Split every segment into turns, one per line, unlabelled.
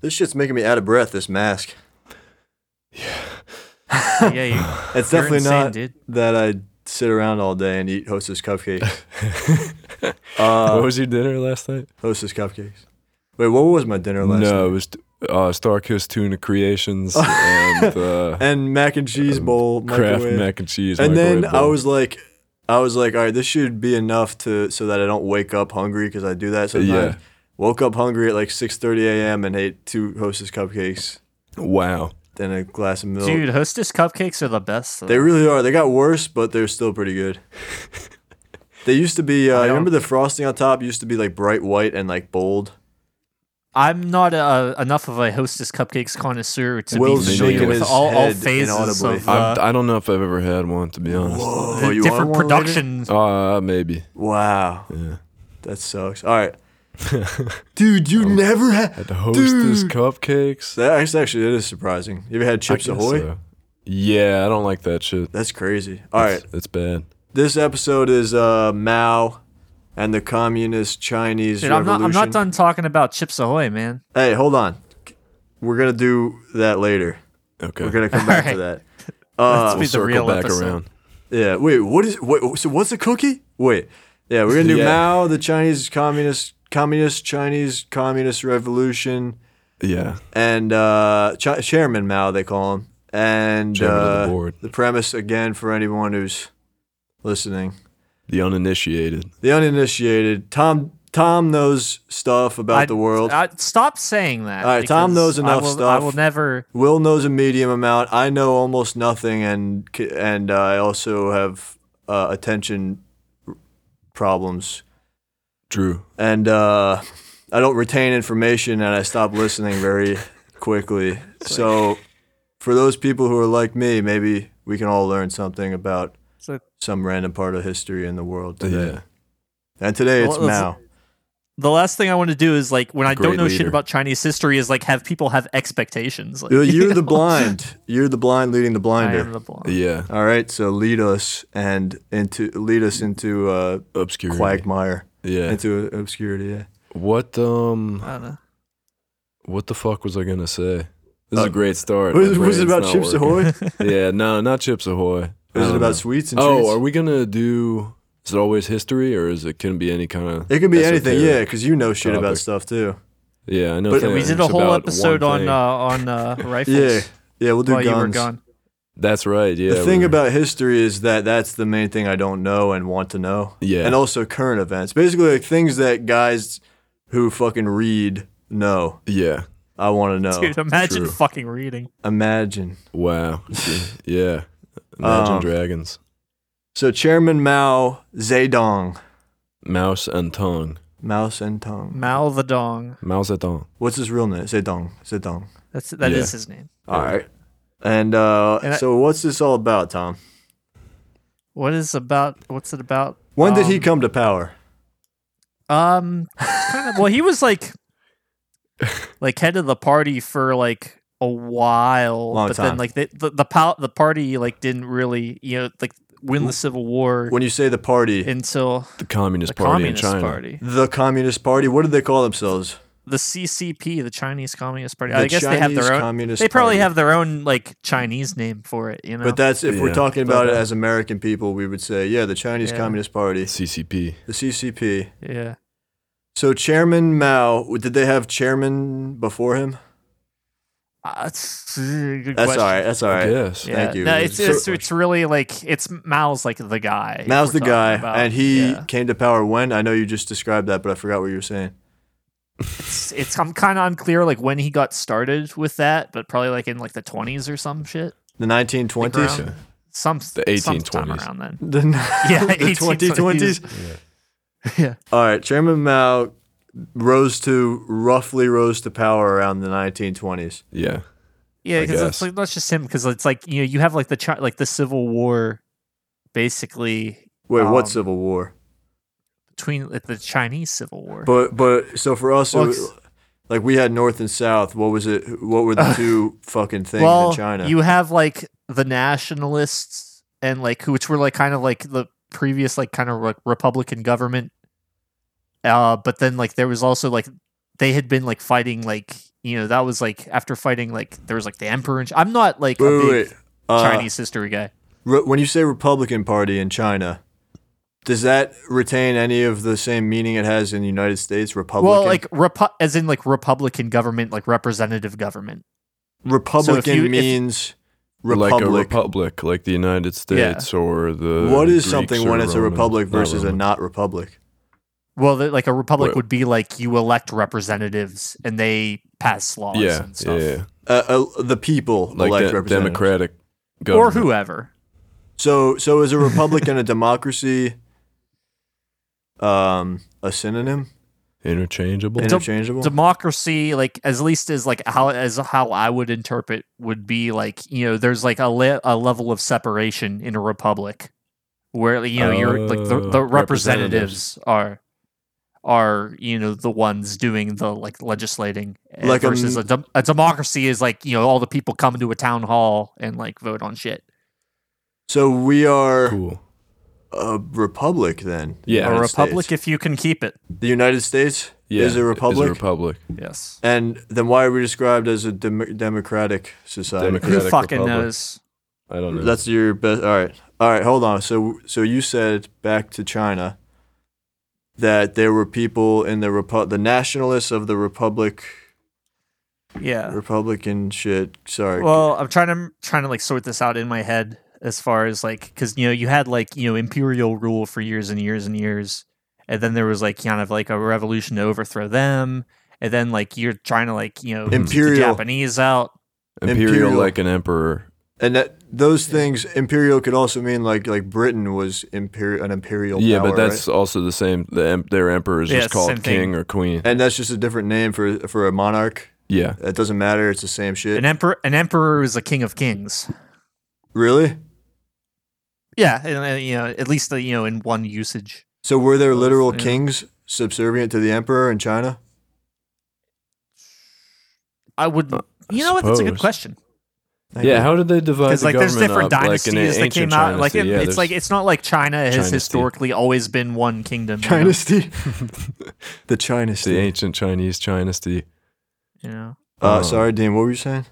This shit's making me out of breath. This mask.
yeah, you,
It's
You're
definitely
insane,
not
dude.
that I sit around all day and eat Hostess cupcakes.
what
uh,
was your dinner last night?
Hostess cupcakes. Wait, what was my dinner last
no,
night?
it was uh, Starkist Tuna Creations and uh,
And mac and cheese
Um,
bowl,
Kraft
microwave.
mac and cheese.
and then
microwave
I
bowl.
was like, I was like, all right, this should be enough to so that I don't wake up hungry because I do that sometimes.
Yeah.
Woke up hungry at like 6:30 a.m. and ate two Hostess cupcakes
wow.
and a glass of milk.
dude. Hostess cupcakes are the best. though.
They really are. They got worse, but they're still pretty good. they used to be. Uh,
I
you remember
don't-
the frosting on top used to be like bright white and like bold.
I'm not a, enough of a Hostess cupcakes connoisseur to
Will's
be familiar
shaking
with
his
all, all
head
phases
inaudibly.
of
I'm,
uh,
I don't know if I've ever had one to be honest.
Whoa,
the
Oh, you want
Oh, different
one later?
productions.
Uh maybe.
Wow,
Yeah.
that sucks. All right, dude, you never had.
The hostess
Dude.
cupcakes.
That that's actually that is surprising. You ever had
I
Chips
guess
Ahoy?
so. Yeah, I don't like that shit.
That's crazy. All right,
It's, it's bad.
this episode is uh, Mao and the Communist Chinese
Dude, I'm
Revolution.
not. I'm not done talking about Chips Ahoy, man.
Hey, hold on. We're gonna do that later.
Okay.
We're gonna come back to
All
that.
Let's
Uh,
be the
circle
real
back
episode.
around.
Yeah. Wait. What is? Wait. So what's a cookie? Wait. Yeah. We're gonna do
Yeah.
Mao, the Chinese communist, communist Chinese communist revolution,
Yeah.
and uh, Chi Chairman Mao they call him, and
Chairman of the
uh,
board.
the premise again for anyone who's listening,
The uninitiated.
the uninitiated. Tom Tom knows stuff about
I-
the world.
I, stop saying that.
All right, Tom
because
knows enough
I will, I
stuff.
will never.
Will knows a medium amount. I know almost nothing, and c- and I also have uh, attention r- problems.
Drew.
and uh, I don't retain information and I stop listening very quickly. So, for those people who are like me, maybe we can all learn something about
It's like-
some random part of history in the world today.
Yeah.
And today it's
Well, it's-
Mao.
The last thing I want to do is like when I
Great
don't know shit
leader.
about Chinese history is like have people have expectations. Like,
You're, you're
you
the
know?
blind. You're the blind leading the
I am
blinder.
the blind.
Yeah.
All right, so lead us and into lead us into uh,
Obscure.
quagmire,
Yeah.
into obscurity. Yeah.
What um
I don't know.
what the fuck was I gonna say? This is
Uh,
a great start. My
Was, was it
brain's
about
not
Chips
working.
Ahoy?
yeah, no, not Chips Ahoy. I
Was
don't
it
know.
about sweets and treats?
Oh, are we gonna do? Is it always history, or is it can be any kind of?
it could be anything,
esoteric
yeah, because you know shit about
topic.
stuff too.
Yeah, I know.
But-
Yeah, we
things
did a
about
whole
one
episode on
thing.
uh, on uh, rifles
Yeah, yeah, we'll do
while
guns.
you were gone.
That's right. Yeah.
the
we
thing
were-
about history is that that's the main thing I don't know and want to know.
Yeah.
And also current events. Basically, like things that guys who fucking read know.
Yeah.
I want to know.
Dude, imagine
true.
fucking reading.
Imagine.
Wow. yeah. Imagine
Um,
Dragons,
So, Chairman Mao Zedong,
Mouse and Tongue,
Mouse and Tongue.
Mao the Dong.
Mao Zedong.
What's his real name? Zedong. Zedong.
That's that is
Yeah.
his name.
All right. And, uh,
And I-
so, what's this all about, Tom?
What is about? What's it about?
When did he
Um,
come to power?
Um, it's kind of, well, he was like, like head of the party for like a while,
Long
but
time.
then like they, the the pow- the party like didn't really you know like win the civil war
When you say the party,
until
The Communist
the
Party
Communist
in China.
Party,
the Communist Party, what do they call themselves?
the CCP, the Chinese Communist Party.
The
I guess they have
Chinese
their own.
Communist
They probably
Party.
have their own like Chinese name for it, you know.
But that's if we're
Yeah.
talking about it
Okay.
as American people, we would say, yeah, the Chinese
Yeah.
Communist Party,
CCP.
the CCP.
yeah,
So Chairman Mao, did they have chairman before him?
Uh, it's, good
That's
question.
all right. That's all right.
Yes.
Yeah.
Thank you.
No, it's,
So-
it's it's really like it's Mao's like the guy. if
Mao's the
we're talking
guy,
about-
and he
yeah.
came to power when? I know you just described that, but I forgot what you were saying.
it's, it's I'm kind of unclear like when he got started with that, but probably like in like the 20s or some shit.
The 1920s?
Around- Some
The
sometime
1820s.
around then.
The,
Yeah,
the 2020s?
1820s. Yeah.
All right. Chairman Mao rose to, roughly rose to power around the 1920s.
Yeah.
Yeah,
I
because
guess.
it's like that's just him because it's like you know you have like the chi- like the Civil War, basically
Wait,
Um,
what Civil War?
between like, the Chinese Civil War.
But but so for us, it
Well,
was- like we had North and South. What was it? What were the two fucking things
Uh, well,
in China?
you have like the nationalists and like who- which were like kind of like the previous like kind of like Republican government. Uh, but then like there was also like they had been like fighting like you you know that was like after fighting like there was like the emperor. And sh- I'm not like
Wait,
a
wait,
big
wait. Uh,
Chinese history guy.
Re- when you say Republican Party in China, does that retain any of the same meaning it has in the United States? Republican,
Well, like repu- as in like Republican government, like representative government.
Republican
you- if-
means
Like a
republic.
republic, like the United States or the.
what is
Greeks
something
or
when it's a
Romans-
republic
not
versus a
Romans.
not republic?
Well, the, like a republic
Right.
would be like you elect representatives and they pass laws
Yeah,
and
yeah,
stuff,
yeah.
Uh, uh, the people
Like
elect
that
representatives.
democratic
or
government.
whoever.
So, so is a republic and a democracy um, a synonym,
Interchangeable.
Dem-
interchangeable?
democracy like as least as like how as how i would interpret would be like you know there's like a, le- a level of separation in a republic where you know you're like the,
Oh,
the
representatives.
representatives are are you know the ones doing the like legislating eh,
Like
um,
a
versus a,
m-
dem- a democracy is like you know all the people come to a town hall and like vote on shit
so we are
cool.
a republic then. the
Yeah. A
a
United
republic
States.
if you can keep it
the United States
Yeah,
is a republic.
Is a republic.
yes
And then why are we described as a dem- democratic society?
Democratic.
who fucking
republic.
knows
I don't know.
That's your best. All right, all right. Hold on. So, so you said back to China that there were people in the Repu- the nationalists of the republic,
yeah
republican shit. Sorry.
Well, I'm trying to trying to like sort this out in my head as far as like because you know you had like you know imperial rule for years and years and years, and then there was like kind of like a revolution to overthrow them, and then like you're trying to like you know keep the
Imperial.
Japanese out.
imperial,
imperial.
like an emperor.
and that those things imperial could also mean like like Britain was imperial an imperial
Yeah,
power,
but that's
right?
also the same. The em- their emperor is
Yeah,
just
it's the
called
same thing.
king or queen.
and that's just a different name for for a monarch.
Yeah.
It doesn't matter. It's the same shit.
An emperor, an emperor is a king of kings.
really?
Yeah, and, uh, you know at least uh, you know in one usage.
So were there literal
yeah.
kings subservient to the emperor in China?
I would.
Uh,
You know what? That's a good
suppose.
question.
Thank
Yeah,
you.
how did they divide
Because
the
like there's
government
different
up?
dynasties
like, in the
that came
ancient
out. Like
dynasty,
it,
yeah,
it's like
there's-
it's not like China has
Dynasty.
historically always been one kingdom. you know?
Dynasty. the China
it's the ancient Chinese dynasty.
You know.
Uh,
Oh.
sorry, Dean. What were you saying?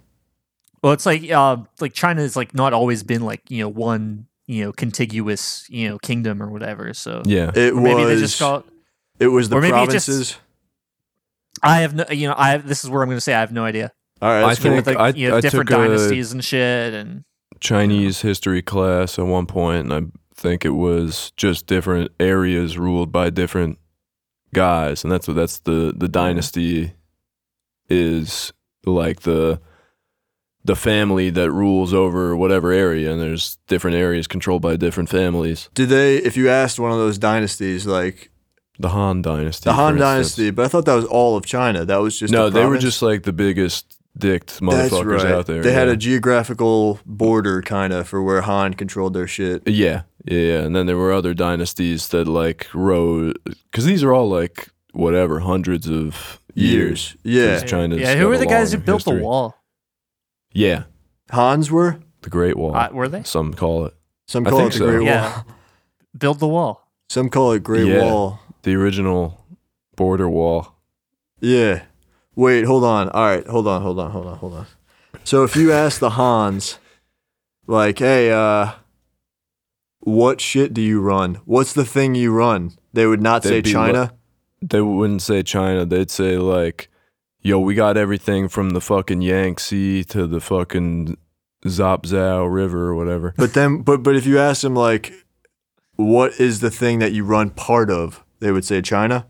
Well, it's like uh, like China's like not always been like you know one you know contiguous you know kingdom or whatever. So
Yeah,
It
Or
was.
maybe they just call it.
it was the
or maybe it just-
provinces.
I have no, you know, I have, this is where I'm going to say I have no idea.
All right.
I
that's
think-
cool.
With like
I-
you know
I
different
took a-
dynasties and shit, and
Chinese history class at one point, and I think it was just different areas ruled by different guys, and that's what that's the the dynasty is like the the family that rules over whatever area, and there's different areas controlled by different families.
Did they? If you asked one of those dynasties, like
The Han dynasty,
the
for
Han
instance.
Dynasty, but I thought that was all of China. That was just
no,
a
they were
province?
just like the biggest dicked
That's
motherfuckers
right.
out there.
They had
yeah.
a geographical border kind of for where Han controlled their shit.
Yeah, yeah, yeah. And then there were other dynasties that like rose because these are all like whatever hundreds of years.
Yeah.
'Cause China's
yeah,
got
who were
a
the guys who
long
built the
history.
wall?
Yeah,
Hans were.
the Great Wall.
Uh, were they?
some call it
Some
I
call
think
it the
so.
Great
Yeah,
Wall.
build the wall.
Some call it Great
Yeah.
Wall.
the original border wall.
Yeah. Wait, hold on. All right, hold on, hold on, hold on, hold on. So if you ask the Hans, like, hey, uh, what shit do you run? What's the thing you run? They would not
They'd
say
be
China.
They wouldn't say China. They'd say like, "Yo, we got everything from the fucking Yangtze to the fucking Zopzow River or whatever."
but then, but but if you ask them, like, what is the thing that you run part of? They would say China.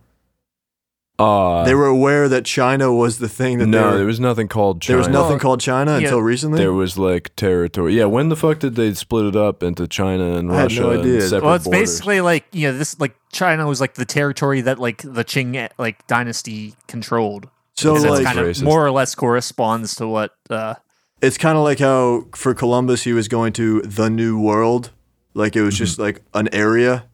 Ah,
they were aware that China was the thing that
no.
they
There
were,
was nothing called China.
there was nothing
Well,
called China
yeah.
until recently.
There was like territory. Yeah, when the fuck did they split it up into China and
I had
Russia
no idea.
and separate
Well, it's
borders?
basically like you know this like China was like the territory that like the Qing like dynasty controlled.
so
and that's
like,
kind of
Racist.
more or less corresponds to what uh,
it's kind of like how for Columbus he was going to the New World, like it
Mm-hmm.
was just like an area.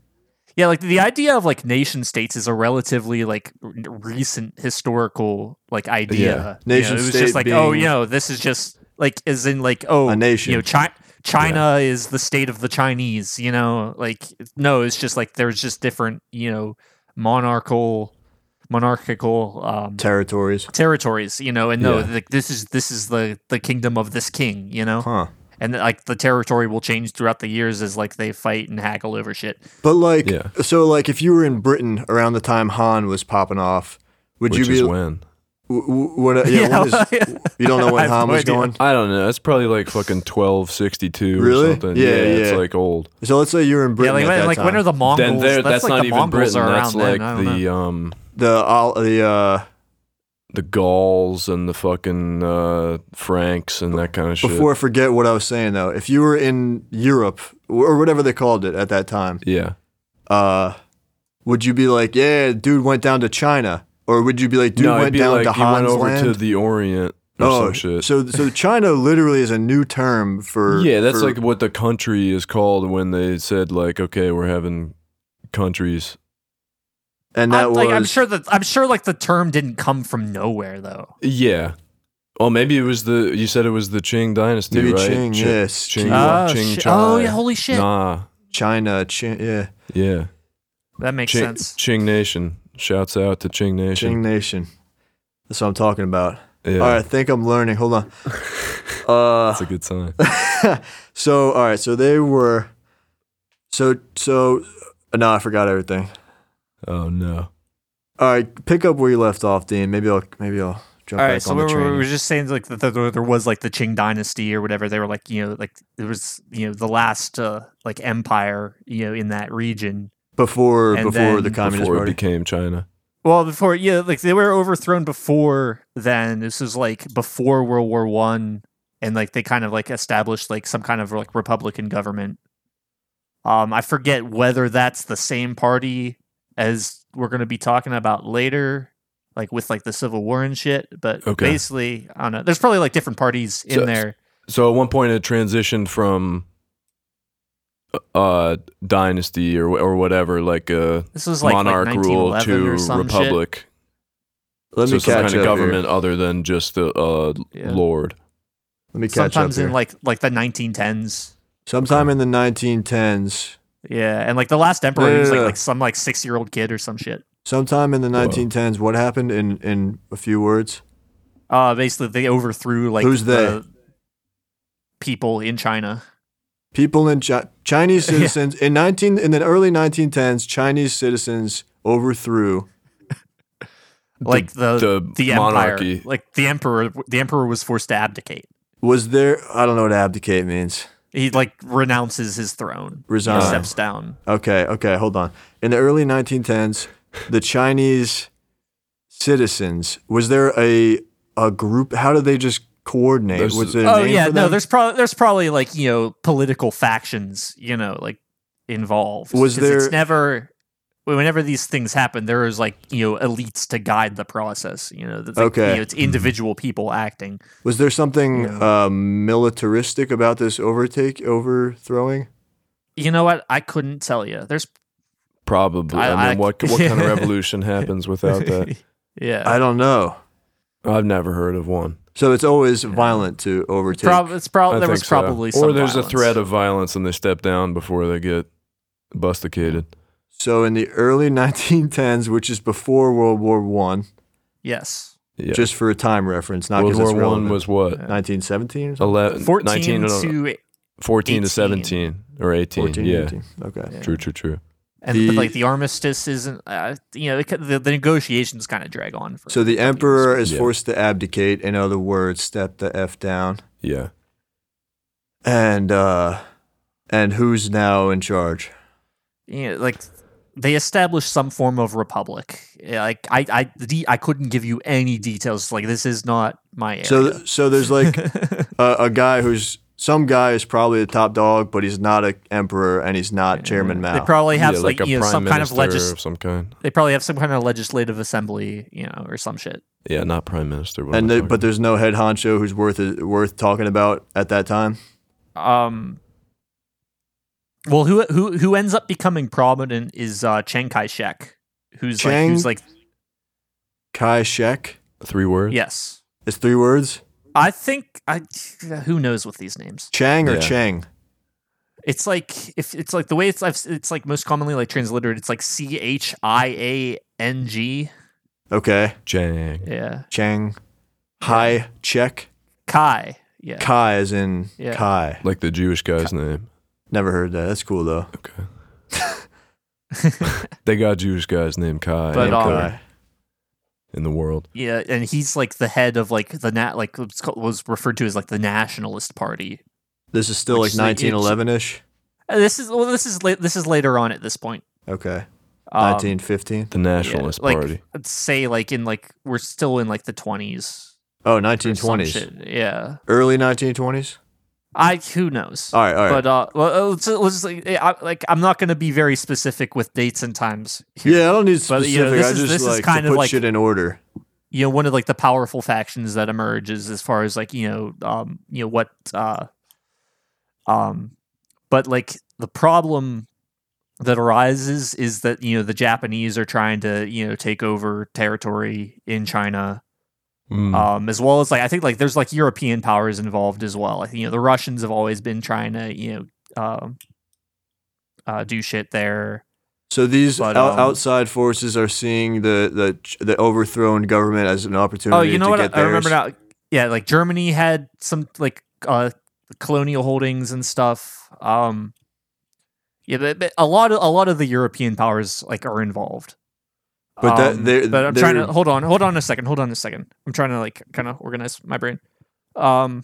Yeah, like the idea of like nation states is a relatively like r- recent historical like idea.
Yeah.
You know,
Nation
it was
state
just like oh,
being-
you know, this is just like as in like oh,
A nation.
You know, Chi- China is the state of the Chinese. You know, like no, it's just like there's just different you know monarchical monarchical um,
territories.
territories, you know, and no,
Yeah.
like this is this is the the kingdom of this king, you know,
Huh.
and like the territory will change throughout the years as like they fight and haggle over shit.
But like,
Yeah.
so like, if you were in Britain around the time Han was popping off, would
Which
you be?
is when?
w- w- when, uh, yeah, when is- you don't know
I
when
have
Han
no
was
idea.
going.
I don't know. That's probably like fucking twelve sixty two
Really?
or something.
Yeah,
it's
yeah.
like old.
So let's say you're in
yeah,
Britain
like,
at
when,
that
like when
time.
are the Mongols?
then there, that's,
like
not
the
even
Mongols
Britain.
are
That's
around
like
then. I don't know.
the um
the all the uh,
the Gauls and the fucking uh, Franks and that kind of shit.
before I forget what I was saying though, if you were in Europe or whatever they called it at that time,
yeah,
uh, would you be like, yeah, dude went down to China, or would you be like, dude
no, it'd
went
be
down
like
to
he went
Han's
over
land? Oh,
to the Orient or some shit.
so so China literally is a new term for
yeah, that's
for-
like what the country is called when they said like, okay, we're having countries.
and that
I'm,
was
like, I'm sure that I'm sure like the term didn't come from nowhere though.
Yeah. Oh, maybe it was the you said it was the Qing dynasty,
maybe
right?
Qing,
Chi-
yes,
Qing,
Qing,
Oh,
Qing
shit.
Chai.
Oh, yeah, holy shit.
Nah,
China, Qing, yeah,
yeah,
That makes
Qing,
sense.
Qing Nation. Shouts out to Qing
Qing
Nation.
Nation. That's what I'm talking about.
Yeah,
All right, I think I'm learning. Hold on. Uh,
that's a good sign.
so all right, so they were, so so, uh, no, I forgot everything.
Oh no.
All right, pick up where you left off, Dean. Maybe I'll maybe I'll jump
All
back
right, so
on
we
the
were, we
train.
were just saying like that there- there, there was like the Qing dynasty or whatever. They were like you know like it was you know the last uh, like empire you know in that region.
before
and
before the
then-
Communist
Before it
Party.
became China.
Well, before yeah, like they were overthrown before then. This is like before World War One, and like they kind of like established like some kind of like Republican government. Um, I forget whether that's the same party as we're going to be talking about later, like with like the Civil War and shit. But
Okay.
basically, I don't know. There's probably like different parties in
So-
there.
So at one point it transitioned from uh dynasty or or whatever like a
This was like,
monarch
like
rule
1911
to
or some
republic.
Let
so
me
some
catch up
kind of
here.
government other than just the uh,
Yeah.
lord.
Let me
Shit.
catch up
Sometimes in
here.
like like the 1910s.
Sometime in the 1910s,
Yeah, and like the last emperor he was like
Yeah.
like some like six year old kid or some shit.
sometime in the
Whoa.
1910s, what happened in in a few words?
Uh, basically, they overthrew like
Who's
the people in China.
People in Chi- Chinese
Yeah.
citizens in 19 in the early 1910s, Chinese citizens overthrew.
Like the the, monarchy.
the, monarchy.
empire, like the emperor. The emperor was forced to abdicate.
Was there? I don't know what abdicate means.
He like renounces his throne,
Resign.
He steps down.
Okay, okay, hold on. In the early 1910s, the Chinese citizens was there a a group? How did they just coordinate?
There's-
was it? A
Oh
name
yeah,
for
no,
them?
there's probably there's probably like you know political factions, you know, like involved.
Was
'Cause
there-
It's never. Whenever these things happen, there is like you know elites to guide the process. You know, that's like,
Okay. Mm-hmm.
you know, it's individual people acting.
Was there something uh, militaristic about this overtake overthrowing?
You know what? I couldn't tell you. There's
Probably. I,
I-
mean,
I-
what what kind of revolution happens without that?
yeah,
I don't know.
I've never heard of one.
So it's always violent to overtake.
Prob- it's
I
probably Oh, there
think
was
so.
probably some
or there's a
violence.
threat of violence and they step down before they get busticated.
so in the early 1910s, which is before World War One,
yes,
Yeah.
just for a time reference, not
World
because
War
it's
One
relevant.
was what
1917 or something?
11,
fourteen
19, no, no,
to
14
18.
to 17 or 18.
14,
yeah.
18. Okay.
Yeah.
True, true, true.
and
The-
but, like the armistice isn't. Uh, you know, it, ca- the, the negotiations kind of drag on. For
So the
years.
emperor is
Yeah.
forced to abdicate. In other words, step the f down.
Yeah.
And uh, and who's now in charge?
you know, like they established some form of republic. Yeah, Like I, I, the de- I couldn't give you any details. Like this is not my area.
So so there's like a, a guy who's some guy is probably the top dog, but he's not an emperor and he's not Chairman
they
Mao.
probably have
yeah,
like, you know, some kind of
minister
legis-
of some kind.
They probably have some kind of legislative assembly, you know, or some shit.
Yeah, not prime minister. what
and
am I
the,
talking
but there's no head honcho who's worth worth talking about at that time.
Um. Well, who who who ends up becoming prominent is uh, Chiang Kai Shek, who's like
Chiang-
who's like
Kai Shek.
about? three words.
yes.
It's three words.
I think I who knows with these names.
Chang or
Yeah.
Cheng.
It's like if it's like the way it's I've, it's like most commonly like transliterated. It's like C H I A N G.
Okay.
Jang.
Yeah.
Chang. Hai Chek.
Kai. Yeah.
Kai is in
Yeah.
Kai.
Like the Jewish guy's name.
Never heard that. That's cool though.
Okay. they got Jewish guys named Kai
But,
in-
um,
Kai.
in the world.
Yeah, and he's like the head of like the nat like it's called, was referred to as like the Nationalist Party.
This is still like
which is like- it's-
1911 ish.
Uh, This is well, this is la- this is later on at this point.
Okay.
Um,
1915.
The Nationalist
yeah, like,
Party.
Let's say like in like we're still in like the twenties.
Oh, 1920s.
Yeah,
Early 1920s.
I who knows.
All right. All right.
But uh, well, uh, let's, let's like, eh, I, like I'm not going to be very specific with dates and times. Here.
yeah, I don't need
But,
specific.
you know, this
I
is-
just
this is
like
kind
to
of
put
like-
shit in order.
you know, one of like the powerful factions that emerges as far as like you know, um, you know what, uh, um, but like the problem that arises is that you know the Japanese are trying to you know take over territory in China
Mm.
um, as well as like I think like there's like European powers involved as well. Like, you know, the Russians have always been trying to you know um, uh, do shit there.
So these
But,
out-
um,
outside forces are seeing the, the ch- the overthrown government as an opportunity.
oh, you know
to
what? I,
Get
I remember
theirs.
now. Yeah, like Germany had some like uh, colonial holdings and stuff. Um, yeah, but, but a lot of a lot of the European powers like are involved. Um,
But that- they're-
but I'm trying
they're-
to hold on, hold on a second, hold on a second. I'm trying to like kind of organize my brain. Um,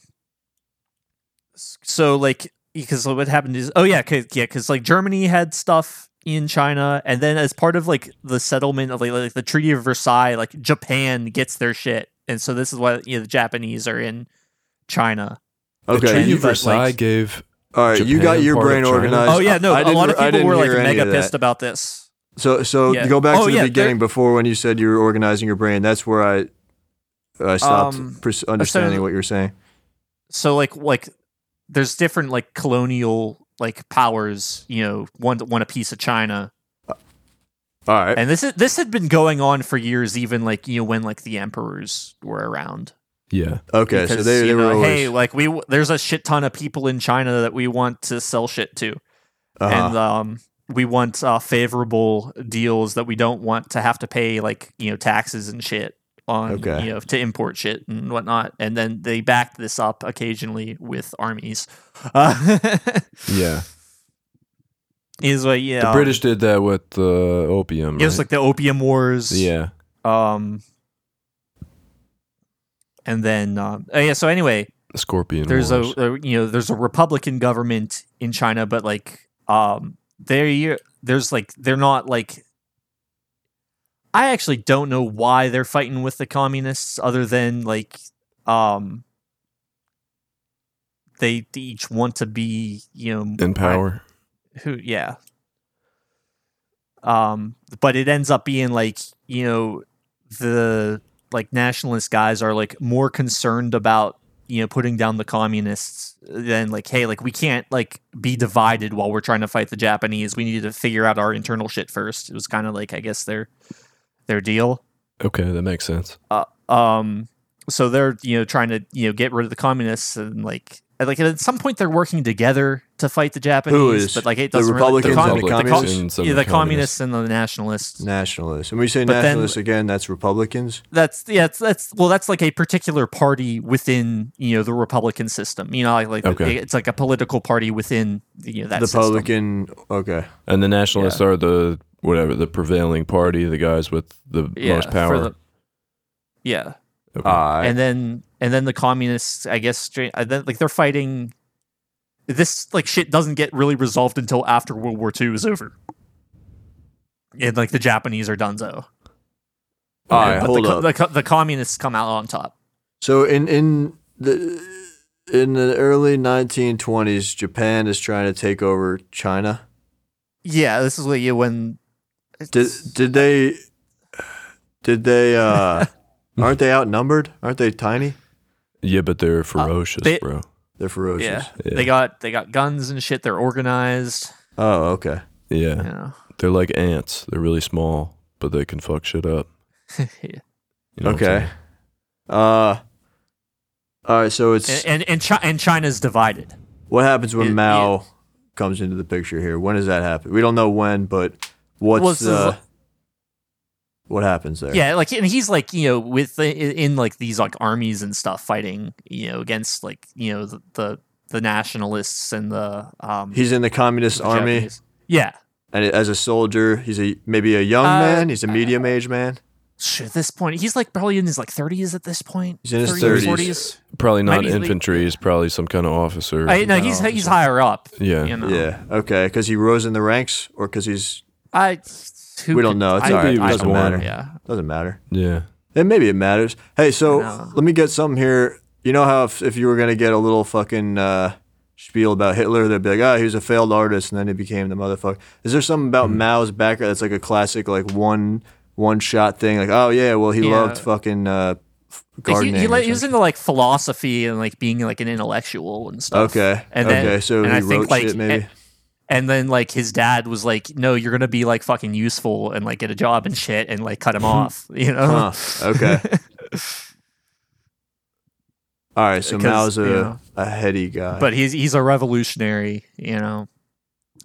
s- so like because what happened is oh yeah 'cause- yeah because like Germany had stuff in China and then as part of like the settlement of like, like the Treaty of Versailles like Japan gets their shit and so this is why you know the Japanese are in China.
The
Okay.
Treaty
you-
of
but, like-
Versailles gave.
all right. you
Japan
got your
part of
brain
China?
organized.
Oh yeah no
I
a lot
didn't-
of
I
people
didn't
were like
hear any
mega
of that.
pissed about this.
So so
Yeah.
go back
Oh,
to the
yeah, they're-
beginning before when you said you were organizing your brain. That's where I I stopped
Um,
pres- understanding what you were saying.
so like like there's different like colonial like powers you know one one a piece of china
All right.
and this is this had been going on for years even like you know when like the emperors were around
Yeah.
Okay. So
Because,
they,
you
they were
know,
always,
hey like we w- there's a shit ton of people in china that we want to sell shit to
uh-huh.
and um we want uh, favorable deals that we don't want to have to pay like you know taxes and shit on
Okay.
you know to import shit and whatnot and then they backed this up occasionally with armies uh,
Yeah.
is what yeah
The British did that with uh, opium.
it was
right?
like the opium wars
yeah.
um and then um oh, yeah so anyway
The scorpion.
there's
wars.
a, a- you know there's a republican government in China, but like um they there's like they're not like I actually don't know why they're fighting with the communists other than like um they each want to be you know
in power.
who yeah um but it ends up being like you know the like nationalist guys are like more concerned about you know putting down the communists than like hey like we can't like be divided while we're trying to fight the japanese we need to figure out our internal shit first it was kind of like i guess their their deal
okay, that makes sense.
uh, um so they're you know trying to you know get rid of the communists and like and, like at some point they're working together to fight the japanese
is?
but like it
The
doesn't really,
Republicans
com-
and the
com-
communists?
Republicans and
yeah,
the
the communists and the nationalists
nationalists. And we say
But then-
nationalists again. That's Republicans.
that's yeah that's, that's well that's like a particular party within you know the republican system you know like, like
Okay.
it's like a political party within you know that
the
system.
Republican. Okay.
And the nationalists are the whatever the prevailing party, the guys with the
yeah
most
for
power.
the- uh, yeah
All
okay.
right.
and then and then the communists i guess stra- and then like they're fighting this like shit doesn't get really resolved until after world war ii is over and like the japanese are donezo
All
Okay.
right.
but
Hold
the, co-
up.
The, co- the communists come out on top
So in in the in the early 1920s, Japan is trying to take over China.
yeah this is what you when
Did did they did they uh aren't they outnumbered? Aren't they tiny?
yeah, but they're ferocious,
uh, they-
bro.
They're ferocious.
yeah,
Yeah.
they got they got guns and shit they're organized
Oh, okay.
Yeah.
you know
they're like ants. They're really small, but they can fuck shit up. You know what I'm
Okay.
saying?
Uh All right, so it's
and and and, Chi- and china's divided
what happens when
it-
Mao comes into the picture here? When does that happen? We don't know when, but what's
Well, this is-
the What happens there?
Yeah, like and he's like you know with in like these like armies and stuff fighting you know against like you know the the, the nationalists and the um
He's in the communist
the
army,
Japanese. Yeah,
and as a soldier, he's a maybe a young
Uh,
man. He's a medium aged man.
Shit, at this point he's like probably in his like 30s at this point.
He's in his
30s,
30s.
40s.
Probably not
Maybe he's like-
infantry. He's probably some kind of officer.
I, no, he's he's higher up.
Yeah.
you know.
Yeah. Okay. Because he rose in the ranks, or because he's
I. who
We don't know. It's
I-
all right.
I
It
don't
doesn't
know.
matter.
Yeah.
doesn't matter.
yeah.
And maybe it matters. Hey, so
No.
let me get something here. You know how if, if you were gonna get a little fucking uh, spiel about Hitler, they'd be like, "Oh, he was a failed artist, and then he became the motherfucker." Is there something about Mao's background that's like a classic, like one one shot thing? Like, oh yeah, well he
Yeah.
loved fucking uh, f- gardening.
He, he,
or
like, he was
something.
into like philosophy and like being like an intellectual and stuff.
okay,
And
okay,
then,
so
and
he
I
wrote
think, like,
shit maybe.
And, and then like his dad was like, "No, you're gonna be like fucking useful and like get a job and shit," and like cut him off. You know.
Hmm. Huh. Okay. All right. So
'Cause,
Mao's a,
you know.
a heady guy.
But he's he's a revolutionary. You know.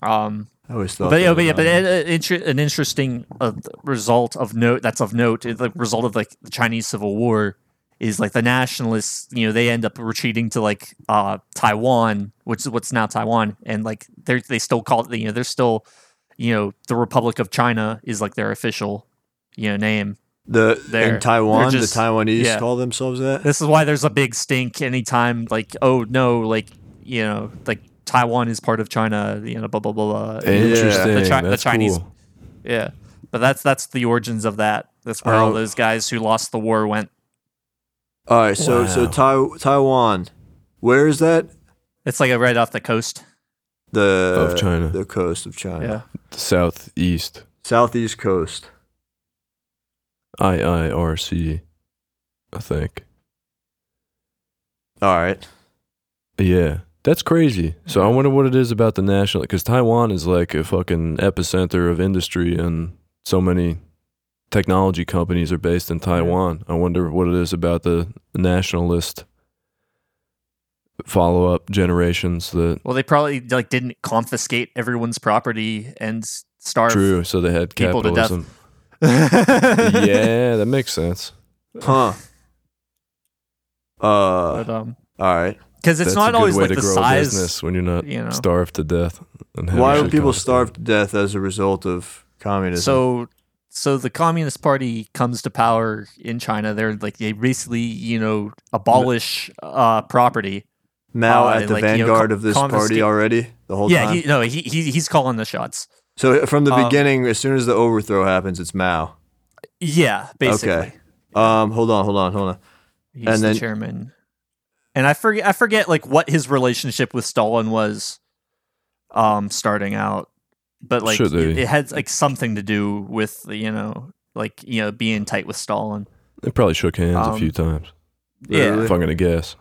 Um.
I always thought.
But yeah,
that
but yeah, but
about
an,
him.
an inter- an interesting uh, result of note that's of note is the result of like the Chinese Civil War is like the nationalists, you know, they end up retreating to like uh Taiwan, which is what's now Taiwan, and like they are they still call it, you know, they're still, you know, the Republic of China is like their official, you know, name.
the
they're-
in Taiwan,
just-
the Taiwanese
yeah.
call themselves that.
This is why there's a big stink anytime like oh no, like you know, like Taiwan is part of China, you know, blah blah blah. blah.
Interesting.
The Chi- the
That's
Chinese-
cool.
Yeah, but that's that's the origins of that. That's where all
Oh.
those guys who lost the war went.
All right. So so Tai- Taiwan, where is that?
It's like right off the coast.
The
Of China.
the coast of China,
Southeast
southeast coast.
IIRC, I think.
All right.
Yeah. That's crazy. So I wonder what it is about the national because Taiwan is like a fucking epicenter of industry and so many technology companies are based in Taiwan. I wonder what it is about the nationalist follow up generations that
Well, they probably like didn't confiscate everyone's property and s- starve.
true. So they had
people to death.
capitalism.
yeah.
yeah, that makes sense.
Huh. Uh.
But, um,
All right.
because it's
That's a
not
good
always
way
like
to
the
grow a
size.
business when you're not
you know.
starved to death. and have
Why
shit
would people
constantly.
starve to death as a result of communism?
So, so the Communist Party comes to power in China. They're like they basically you know abolish uh property.
Mao
uh,
at the
like, you know,
vanguard
con-
of this
confiscate-
party already the whole
Yeah,
time.
he, no, he, he he's calling the shots.
so from the
Uh,
beginning, as soon as the overthrow happens, it's Mao.
Yeah, basically.
Okay. Um, hold on, hold on, hold on.
He's
And
the
then-
chairman. And I forget I forget like what his relationship with Stalin was um starting out. But like
Should
it,
they?
it had like something to do with you know like you know being tight with Stalin.
They probably shook hands a
Um,
few times.
Literally.
If I'm gonna guess.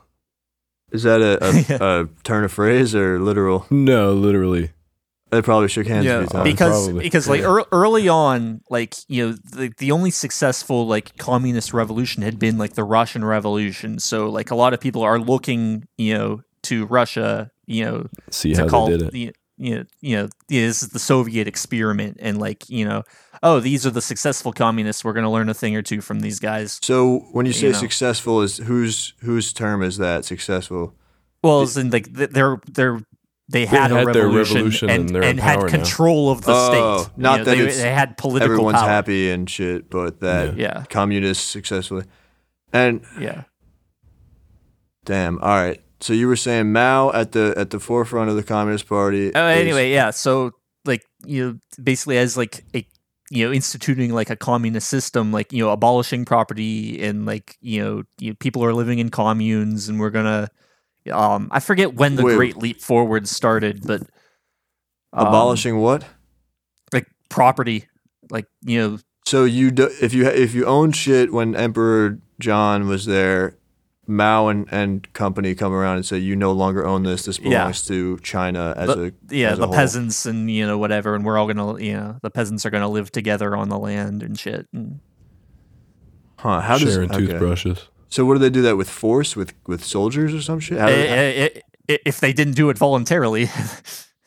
Is that a, a, a turn of phrase or literal?
No, literally.
They probably shook hands a few
Yeah,
times.
because
Probably.
because like
Yeah.
ear early on like you know the, the only successful like communist revolution had been like the Russian revolution. So like a lot of people are looking, you know, to Russia, you know,
See
to
how
call
they did it.
the you know, you know yeah, this is the Soviet experiment and like you know oh these are the successful communists we're going to learn a thing or two from these guys
so when you say
you know.
successful, is whose whose term is that successful?
well as in like th- they're they're they had, a
had their
revolution
revolution
and,
and they're in
had
power now.
control of the
Oh,
state.
not
You know,
that
they,
it's-
they had political
Everyone's
power.
happy and shit, but that
Yeah,
communists successfully. And
yeah.
damn, all right. So you were saying Mao at the at the forefront of the Communist Party.
Oh,
is-
anyway, yeah. So like you know, basically as like a you know instituting like a communist system, like you know abolishing property and like you know, you people are living in communes and we're gonna. Um, I forget when the
Wait.
Great Leap Forward started, but um,
abolishing what?
like property, like you know,
So you do, if you if you own shit when Emperor John was there, Mao and, and company come around and say you no longer own this. This
Yeah.
belongs to China as
The-
a
yeah,
as a
the
whole.
peasants and you know whatever, and we're all gonna, you know, the peasants are gonna live together on the land and shit. And,
Huh? How does
Sharing
okay.
toothbrushes.
So what do they do that with force with with soldiers or some shit? How do-
Eh, eh, eh, eh, if they didn't do it voluntarily,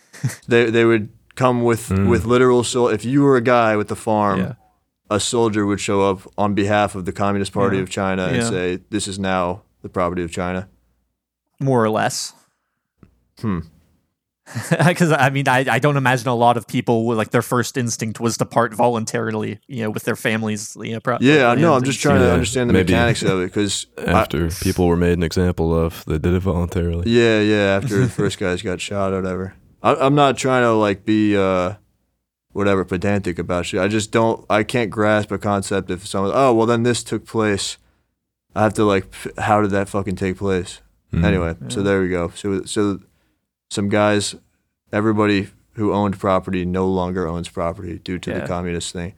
they they would come with
Mm.
with literal so if you were a guy with the farm,
Yeah.
a soldier would show up on behalf of the Communist Party
Yeah.
of China and
Yeah.
say, "This is now the property of China."
more or less.
Hmm.
Because I mean, I, I don't imagine a lot of people would, like their first instinct was to part voluntarily, you know, with their families. You know, pro-
Yeah,
with
no,
lands
I'm
and
just
shit.
trying to
Yeah,
understand the
maybe.
mechanics of it because
After people were made an example of, they did it voluntarily.
Yeah, yeah. After the first guys got shot or whatever. I, I'm not trying to like be uh, whatever pedantic about shit. I just don't. I can't grasp a concept if someone. Oh well, then this took place. I have to like. f- How did that fucking take place?
Mhm.
Anyway, so
Yeah.
there we go. So so, some guys, everybody who owned property no longer owns property due to
Yeah.
the communist thing,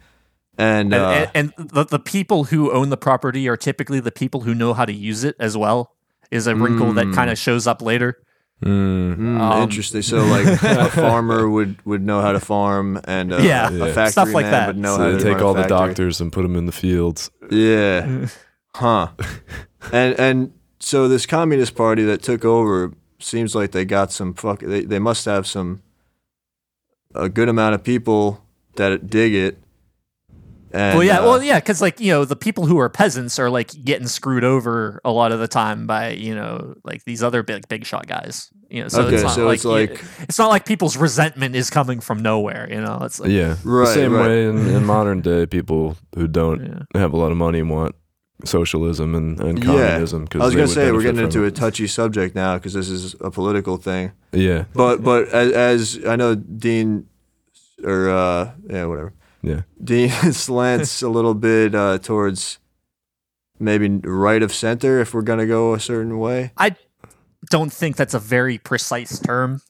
and, uh,
And, and, and the, the people who own the property are typically the people who know how to use it as well. Is a wrinkle that
Mm.
kind of shows up later.
Mm.
Mm,
Um,
interesting. So, like a farmer would would know how to farm, and uh,
Yeah,
a
Yeah.
factory
stuff like
man
that.
would know how
so
to
they take
run a
all the
factory.
doctors and put them in the fields.
Yeah,
Mm.
huh? and and so this communist party that took over seems like they got some fuck. They they must have some a good amount of people that dig it. And,
well, yeah,
uh,
well, yeah, because like you know, the people who are peasants are like getting screwed over a lot of the time by you know like these other big big shot guys. You know, so
okay,
it's not
so
like,
it's like
it's not like people's resentment is coming from nowhere. You know, it's like
Yeah.
Right,
the same
right.
way in, in modern day, people who don't
yeah.
have a lot of money and want socialism and, and
Yeah.
communism. Cause
I was
they
gonna
would
say we're
benefit
getting
from
into a touchy subject now because this is a political thing.
it. Yeah.
But but as, as I know, Dean or uh, yeah, whatever.
Yeah.
Dean slants a little bit uh, towards maybe right of center if we're gonna go a certain way.
don't think that's a very precise term.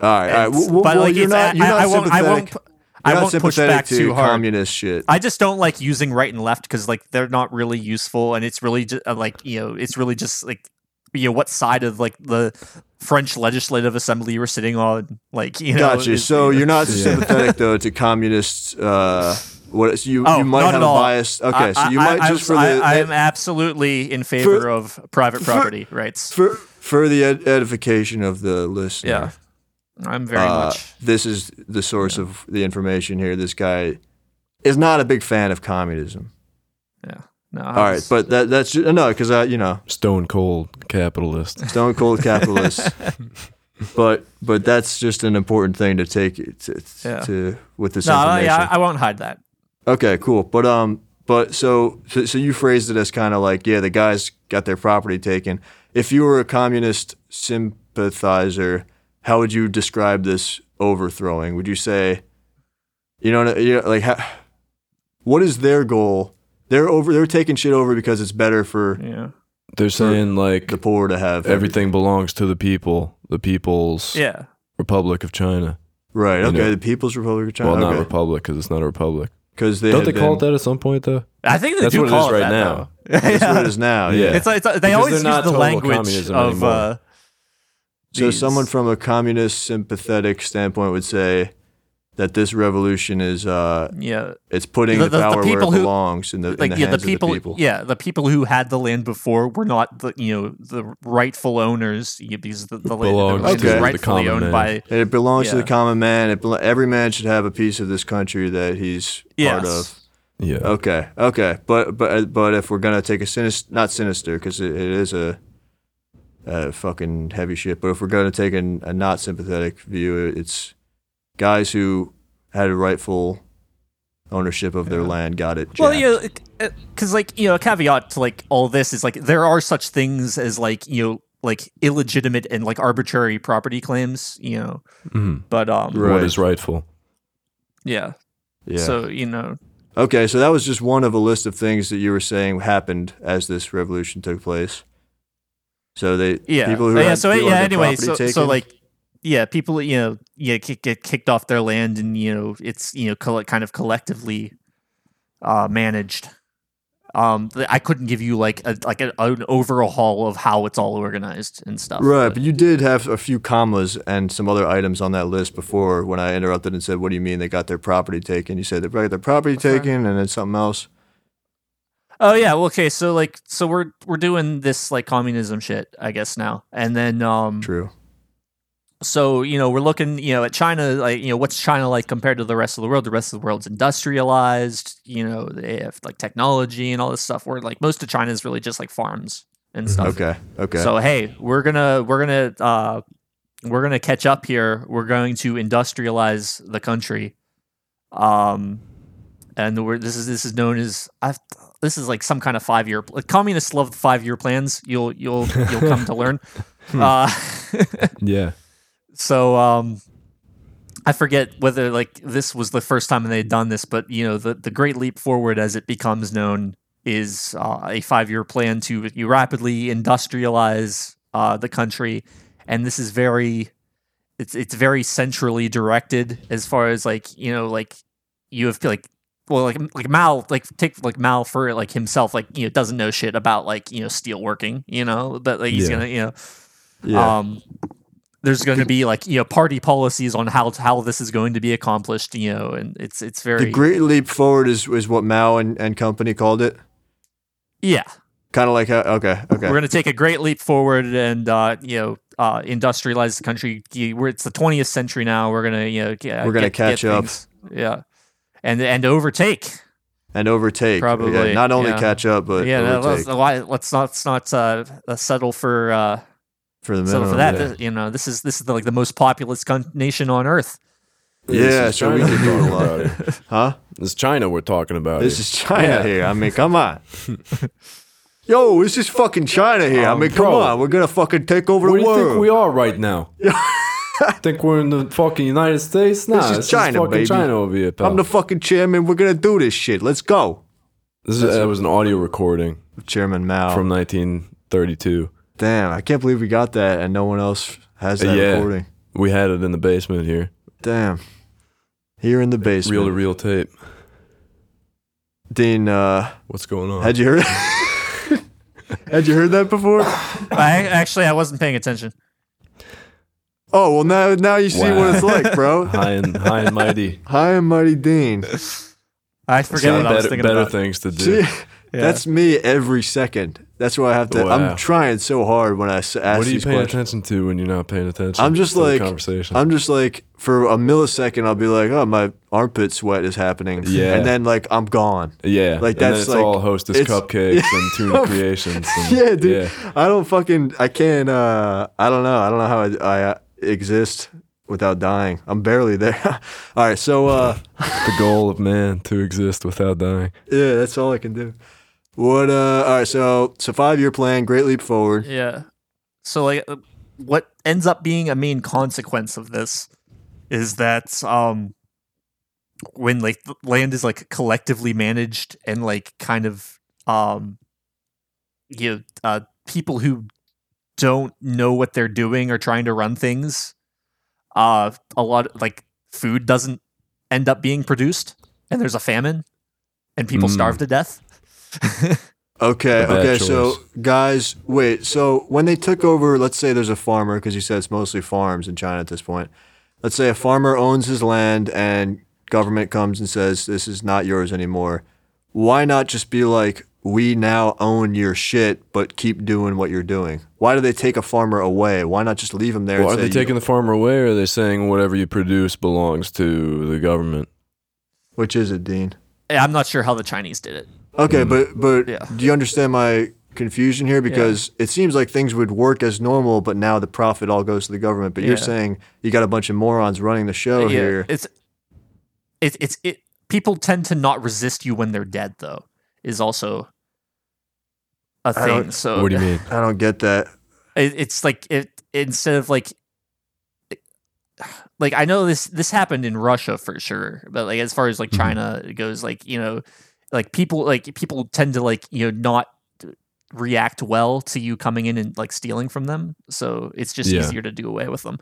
All right, all right. W-
It's-
w-
but
well,
like,
you're not,
it's- I-
you're not
I, won't, I
sympathetic.
won't, pu-
you're
I
not
won't push
sympathetic
back
to
too hard.
communist shit.
I just don't like using right and left because like they're not really useful, and it's really just like you know, it's really just like you know what side of like the French Legislative Assembly you were sitting on, like you know.
gotcha.
is-
so you're not
Yeah.
sympathetic though to communists. Uh, what so you
Oh,
you might
not
have
at
a
all.
bias. Okay, so you might just for the
I, am absolutely in favor of private
for-
property rights.
for for the ed- edification of the listener.
Yeah, I'm very
uh,
much.
This is the source of the information here. This guy is not a big fan of communism.
No,
All right, but that that's ju- no, because I you know
Stone cold capitalist.
stone cold capitalist. but but that's just an important thing to take it to,
Yeah.
to with this
no, I-
information.
yeah, I won't hide that.
Okay, cool. But um, but so so so you phrased it as kind of like, yeah, the guys got their property taken. If you were a communist sympathizer, how would you describe this overthrowing? Would you say, you know, what I- you know, like, how, what is their goal? They're over. They're taking shit over because it's better for
Yeah.
They're saying like
the poor to have
everything belongs to the people, the People's
Yeah.
Republic of China.
Right.
you
Okay.
know.
The People's Republic of China.
Well, not
okay.
republic because it's not a republic.
Because they
Don't
had
they call it
been-
that at some point though?
I think they
That's
do
what it
call
is
it that,
right now.
though.
That's
yeah.
what it is now.
Yeah.
Yeah.
It's, like- it's like- they
Because
always
they're
use
not
the
total
language
communism
of
anymore.
uh,
So
Jeez.
someone from a communist sympathetic standpoint would say that this revolution is uh,
yeah,
it's putting
The-
the,
the- the
power where it
people who-
belongs in the, in
like
the
yeah, the
hands
people,
of the people.
yeah, the people who had the land before were not the you know the rightful owners you know, because the, the land,
Belongs
the land
to
is
the
rightfully
common
owned
man.
by
And it belongs to the
Yeah.
common man. It belo- every man should have a piece of this country that he's part
yes,
of.
Yeah.
Okay, okay, but but but if we're gonna take a sinister, not sinister, because it, it is a, a fucking heavy shit. But if we're gonna take an, a not sympathetic view, it's guys who had a rightful ownership of their land got it.
Well,
jacked.
you know, because like you know, a caveat to like all this is like there are such things as like you know like illegitimate and like arbitrary property claims, you know.
Mhm.
But um,
Right.
What is rightful?
yeah,
yeah.
so you know,
Okay, so that was just one of a list of things that you were saying happened as this revolution took place. So they
yeah,
people who
yeah.
had-
so
people
yeah,
had their
anyway,
property
so, so
taken?
like yeah, people you know yeah get, get kicked off their land and you know it's you know colle- kind of collectively uh managed. Um, th- I couldn't give you like a like an, an overhaul of how it's all organized and stuff.
Right,
but-
but you did have a few commas and some other items on that list before when I interrupted and said, "What do you mean they got their property taken?" You said they got their property
That's right.
taken, and then something else.
Oh yeah, well, okay. So like, so we're we're doing this like communism shit, I guess now, and then um,
True.
so you know we're looking you know at china like you know what's china like compared to the rest of the world the rest of the world's industrialized you know they have like technology and all this stuff where like most of china is really just like farms and stuff
Okay. Okay.
so hey we're gonna we're gonna uh we're gonna catch up here we're going to industrialize the country um and we're this is this is known as I've, this is like some kind of five year communists love five year plans you'll you'll you'll come to learn uh
Yeah.
so um I forget whether like this was the first time they'd done this, but you know, the, the great leap forward as it becomes known is uh, a five year plan to you rapidly industrialize uh, the country. And this is very it's it's very centrally directed as far as like, you know, like you have like well, like like Mal, like take like Mal for like himself, like you know, doesn't know shit about like you know steel working, you know, but like he's
Yeah.
gonna you know,
yeah.
um, there's going to be like you know party policies on how how this is going to be accomplished, you know, and it's it's
the
very
Great Leap Forward is, is what Mao and, and company called it.
yeah.
Kind of like how, okay, okay.
We're going to take a great leap forward and uh, you know uh, industrialize the country. You- We're, it's the 20th century now. We're gonna you know get,
We're gonna catch up.
things. yeah, and and overtake.
and overtake.
Probably,
Yeah, not only
yeah.
catch up, but
yeah, that-
overtake
let's, why- let's not let's not uh, uh, settle for uh,
for the
settle
minimum.
for that.
yeah.
This- you know, this is this is the, like the most populous con- nation on earth.
Yeah,
This is
so we
China
can
we're
do a
talking
lot.
about it.
Huh?
This is China we're talking about.
This
here.
is China
Oh, Yeah.
here. I mean, come on. Yo, this is fucking China here. I
Um,
mean, come
bro.
on. We're gonna fucking take over
Where do
the
you
world.
think we are right now? think we're in the fucking United States? Nah,
This is China,
fucking
baby.
China over here, pal.
I'm the fucking chairman. We're gonna do this shit. Let's go.
this is, that was an audio recording
Chairman Mao.
from 1932.
Damn, I can't believe we got that, and no one else has that
yeah,
recording.
we had it in the basement here,
Damn. Here in the basement,
reel to reel tape.
Dean. Uh,
What's going on?
had you heard? had you heard that before?
I actually I wasn't paying attention.
Oh well, now now you see what it's like, bro.
high and high and mighty.
Hi, I'm Mighty Dean.
I forget
Got
what I was
better,
thinking
better
about.
things to do.
See, that's me every second. That's why I have to.
Wow.
I'm trying so hard when I s- ask
what are you
these
paying
questions.
attention to when you're not paying attention?
I'm just
to the
like-
conversation.
I'm just like for a millisecond, I'll be like, "Oh, my armpit sweat is happening,"
Yeah.
and then like I'm gone.
yeah,
like,
and then
that's
it's
like-
all hostess
it's-
cupcakes and
Oh,
tuna creations. and-
Yeah, dude. I don't fucking. I can't. Uh, I don't know. I don't know how I, I uh, exist without dying. I'm barely there. all right, so uh,
the goal of man to exist without dying.
yeah, that's all I can do. What? Uh, all right, so so five year plan, great leap forward.
Yeah. So like uh, what ends up being a main consequence of this is that um when like th- land is like collectively managed and like kind of um you know, uh people who don't know what they're doing or trying to run things uh a lot like food doesn't end up being produced and there's a famine and people
Mm.
starve to death
Okay,
A bad
okay.
choice.
So, guys, wait. So, when they took over, let's say there's a farmer, because you said it's mostly farms in China at this point. Let's say a farmer owns his land and government comes and says, this is not yours anymore. Why not just be like, we now own your shit, but keep doing what you're doing? Why do they take a farmer away? Why not just leave him there?
Well, are
and
they
say,
taking the farmer away, or are they saying whatever you produce belongs to the government?
Which is it, Dean?
i'm not sure how the chinese did it
Okay, but but
Mm. Yeah.
do you understand my confusion here? Because it seems like things would work as normal, but now the profit all goes to the government. But you're
Yeah.
saying you got a bunch of morons running the show
yeah,
Oh, here.
It's it's it's it. People tend to not resist you when they're dead, though. Is also a
I don't-
thing. So
What do you mean?
I don't get that.
it, it's like it instead of like like I know this this happened in Russia for sure, but like as far as like
Mhm.
China goes, like you know, like people like people tend to like you know not react well to you coming in and like stealing from them. So it's just
Yeah.
easier to do away with them.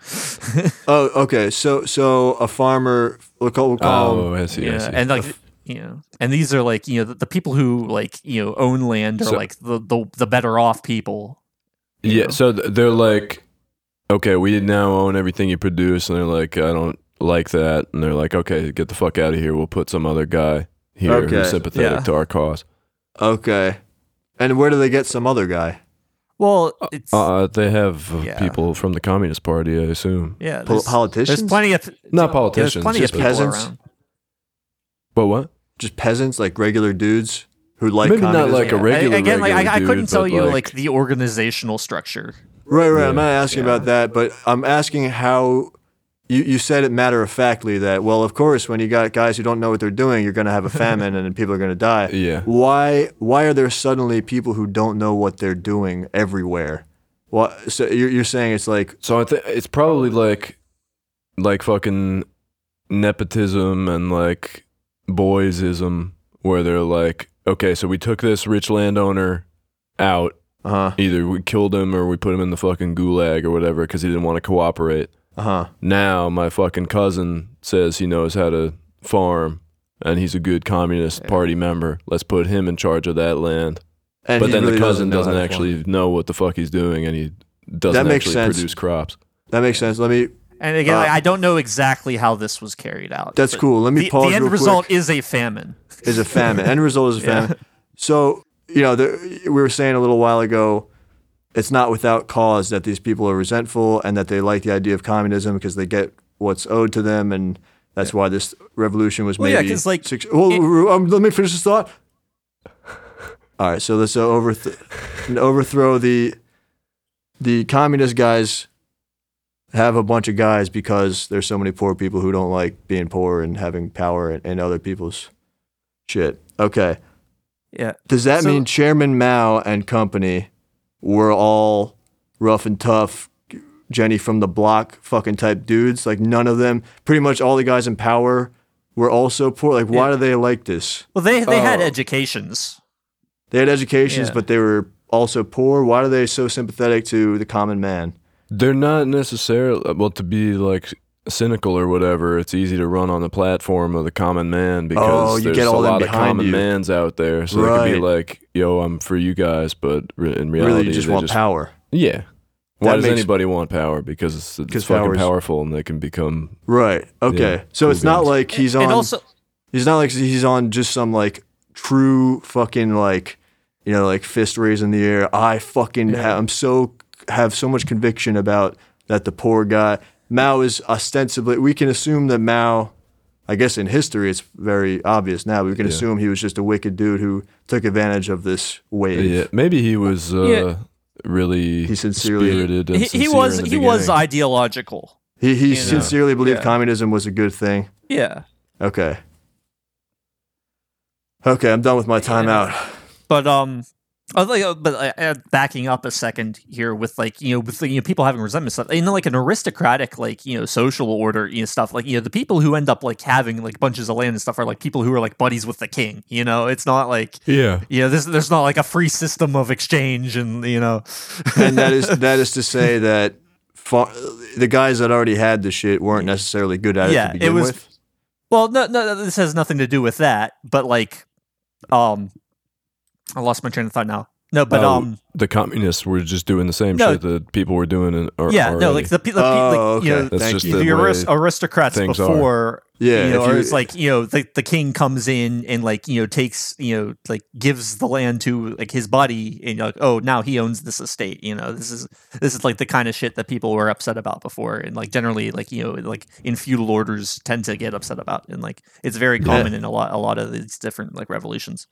Oh, okay. So so a farmer, we'll call, we'll call him-
oh, I see. I
Um, yeah,
see.
and like you know, and these are like you know the, the people who like you know own land are
So-
like the, the the better off people. you
yeah.
know?
So th- they're like, okay, we now own everything you produce, and they're like, I don't like that, and they're like, okay, get the fuck out of here. We'll put some other guy here
Okay,
who's sympathetic
yeah.
to our cause.
Okay, and where do they get some other guy?
Well, it's
Uh, they have uh,
Yeah.
people from the Communist Party, I assume.
yeah.
Pol-
There's,
politicians,
there's plenty of
Not
yeah,
politicians,
There's plenty
just
of people
peasants.
around.
But what?
just peasants, like regular dudes who like
Maybe not
communism.
like a regular-
again. Like I, I
regular
couldn't
dude,
tell
but,
you
like-
like the organizational structure.
Right, right. I'm
Yeah.
not asking about that, but I'm asking how you, you said it matter of factly that, well, of course, when you got guys who don't know what they're doing, you're going to have a famine and then people are going to die.
Yeah.
Why, why are there suddenly people who don't know what they're doing everywhere? What, so you're, you're saying it's like,
So I think it's probably like, like fucking nepotism and like boysism, where they're like, okay, so we took this rich landowner out.
uh huh,
Either we killed him or we put him in the fucking gulag or whatever because he didn't want to cooperate.
uh huh.
Now my fucking cousin says he knows how to farm and he's a good communist party member. Let's put him in charge of that land.
And
but
he
then
really
the cousin
know how
doesn't,
to farm.
actually know what the fuck he's doing and he doesn't
That makes
actually
sense.
produce crops.
That makes sense. Let me,
And again,
Uh,
like, I don't know exactly how this was carried out.
that's
but
cool. Let me
the,
pause
the end
real
result
quick.
is a famine.
is a famine. End result is a famine. So you know, there, we were saying a little while ago, it's not without cause that these people are resentful and that they like the idea of communism because they get what's owed to them, and that's why this revolution was
Well, yeah,
maybe.
'cause, like,
six, well, um, let me finish this thought. All right, so let's uh, overth- and overthrow the the communist guys. Have a bunch of guys because there's so many poor people who don't like being poor and having power and, and other people's Shit. Okay.
Yeah.
Does that
So-
mean Chairman Mao and company were all rough and tough, Jenny from the block fucking type dudes? Like none of them, pretty much all the guys in power were also poor. Like why do they like this?
Well, they they had
Oh.
educations.
They had educations,
Yeah.
but they were also poor. Why are they so sympathetic to the common man?
They're not necessarily uh, well to be like cynical or whatever. It's easy to run on the platform of the common man because
Oh, you
there's
get all
a
them
lot of
behind
common
you.
mans out there. So they could be
Right.
like, "Yo, I'm for you guys," but re- in reality,
Really, you just
they
want power.
Yeah. Why
That
does
makes-
anybody want power? Because it's, it's
'Cause
fucking
power's-
powerful, and they can become.
Right. Okay.
Yeah,
so
cool
it's not
beans.
like he's on.
and also,
He's not like he's on just some like true fucking like you know like fist raised in the air. I fucking ha- I'm so have so much conviction about that the poor guy Mao is ostensibly. We can assume that Mao. I guess in history it's very obvious now. But we can assume he was just a wicked dude who took advantage of this wave.
Yeah, maybe he was uh,
Yeah.
really
He sincerely-
spirited and
he, he
sincere
was
in the
he was
beginning.
ideological.
He he
You know.
sincerely believed
Yeah.
communism was a good thing.
Yeah.
Okay. Okay, I'm done with my timeout.
But um, I was like, uh, but uh, uh, backing up a second here with like you know with you know, people having resentment stuff, you know, like an aristocratic like you know social order you know stuff like you know the people who end up like having like bunches of land and stuff are like people who are like buddies with the king. You know, it's not like
Yeah.
you know this, there's not like a free system of exchange and you know
and that is that is to say that fa- the guys that already had the shit weren't necessarily good at it
Yeah,
to
it
begin
was-
with.
Well, no, no, this has nothing to do with that. But like, um, I lost my train of thought now. No, but
Oh,
um,
the communists were just doing the same
No.
shit that people were doing. In, or,
yeah, no,
already.
like the people, like,
Oh,
you
okay.
know,
That's
Thank
just
you.
the
the aris-
way-
aristocrats
things are.
before.
Yeah,
you know,
if
or
you-
it's like you know, the the king comes in and like you know takes you know like gives the land to like his buddy, and you're like, oh, now he owns this estate. You know, this is this is like the kind of shit that people were upset about before, and like generally, like you know, like in feudal orders tend to get upset about, and like it's very common in a lot a lot of these different like revolutions.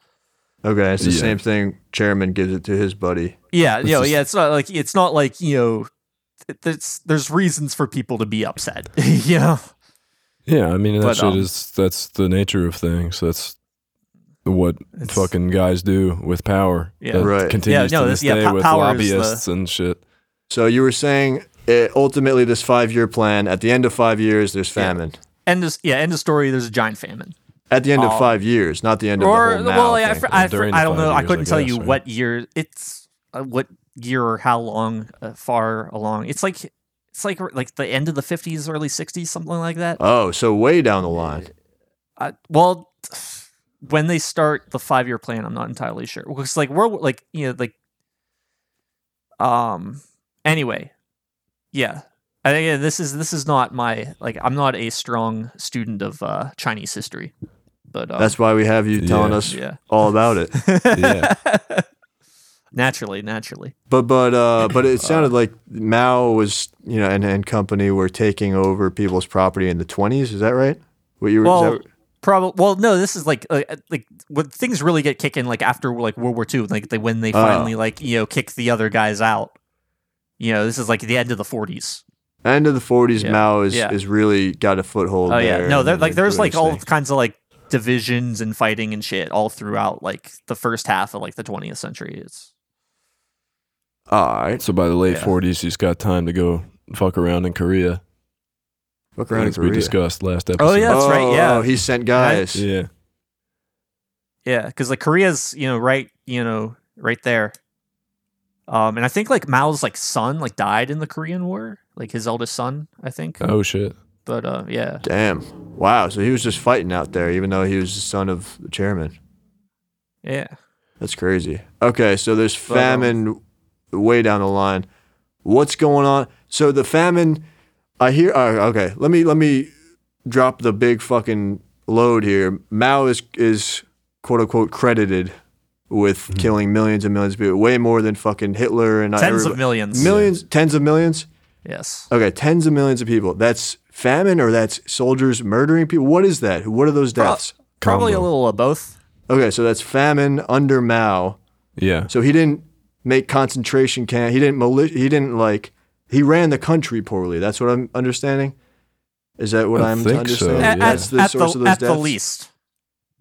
Okay, it's the
Yeah.
same thing. Chairman gives it to his buddy.
Yeah, you
It's
know,
just-
yeah, it's not like it's not like you know, th- there's there's reasons for people to be upset. you know,
Yeah, I mean that
But,
shit
um,
is that's the nature of things. That's what
It's-
fucking guys do with power.
Yeah.
That
Right.
Continues
Yeah, no,
to
this-
this
yeah,
day
po-
with
power is the-
lobbyists and shit.
So you were saying eh, ultimately this five-year plan. At the end of five years, there's famine.
end of yeah, end of story. There's a giant famine,
At the end of
Oh.
five years, not the end of the
or
whole now
well, yeah, I,
thing.
fr- I, fr-
During the
I don't
five
know. I
years, I
couldn't tell
guess,
you
right?
what year it's uh, what year or how long uh, far along. It's like it's like like the end of the 50s, early 60s, something like that.
oh, so way down the line.
I, well, when they start the five year plan, I'm not entirely sure. Because like we're like you know like um anyway, yeah. I think uh, this is this is not my like I'm not a strong student of uh Chinese history, but um,
That's why we have you telling
Yeah.
us
yeah.
all about it.
Yeah.
Naturally, naturally.
But but uh, but it sounded like Mao was you know and, and company were taking over people's property in the twenties. Is that right? What you were? is
Well,
that-
probably. Well, no, this is like uh, like when things really get kicking, like after like World War II, like they, when they finally like you know kick the other guys out. You know, this is like the end of the 40s.
end of the forties,
Yeah,
Mao is,
yeah.
is really got a foothold.
Oh yeah,
there,
no,
and
there
then
like
they're
there's
doing
like
this
all
thing.
kinds of like divisions and fighting and shit all throughout like the first half of like the 20th century. It's
All right,
So by the late
Yeah.
40s, he's got time to go fuck around in Korea,
fuck around in
as we
Korea.
discussed last episode.
Oh, yeah. That's right,
Oh,
yeah.
oh, he sent guys.
yeah.
Yeah, because like Korea's you know right you know right there, um, and I think like Mao's like son like died in the Korean War, like his eldest son, I think.
Oh shit.
But uh, yeah,
Damn. Wow. So he was just fighting out there, even though he was the son of the chairman.
yeah,
That's crazy. Okay, so there's
But, um,
famine way down the line. What's going on? So the famine, I hear. all right, okay, let me let me drop the big fucking load here. Mao is is quote unquote credited with
Mm-hmm.
killing millions and millions of people, way more than fucking Hitler and
tens of
everybody-
millions.
millions, tens of millions.
Yes.
Okay, tens of millions of people. That's famine or that's soldiers murdering people. What is that? What are those deaths?
Probably a
Combo.
little of both.
Okay, so that's famine under Mao.
Yeah.
So he didn't make concentration camp. He didn't mali- He didn't like. He ran the country poorly. That's what I'm understanding. Is that what
I
am
think so,
understanding?
yeah.
At,
That's the
at,
source
the,
of those
at the
deaths.
least,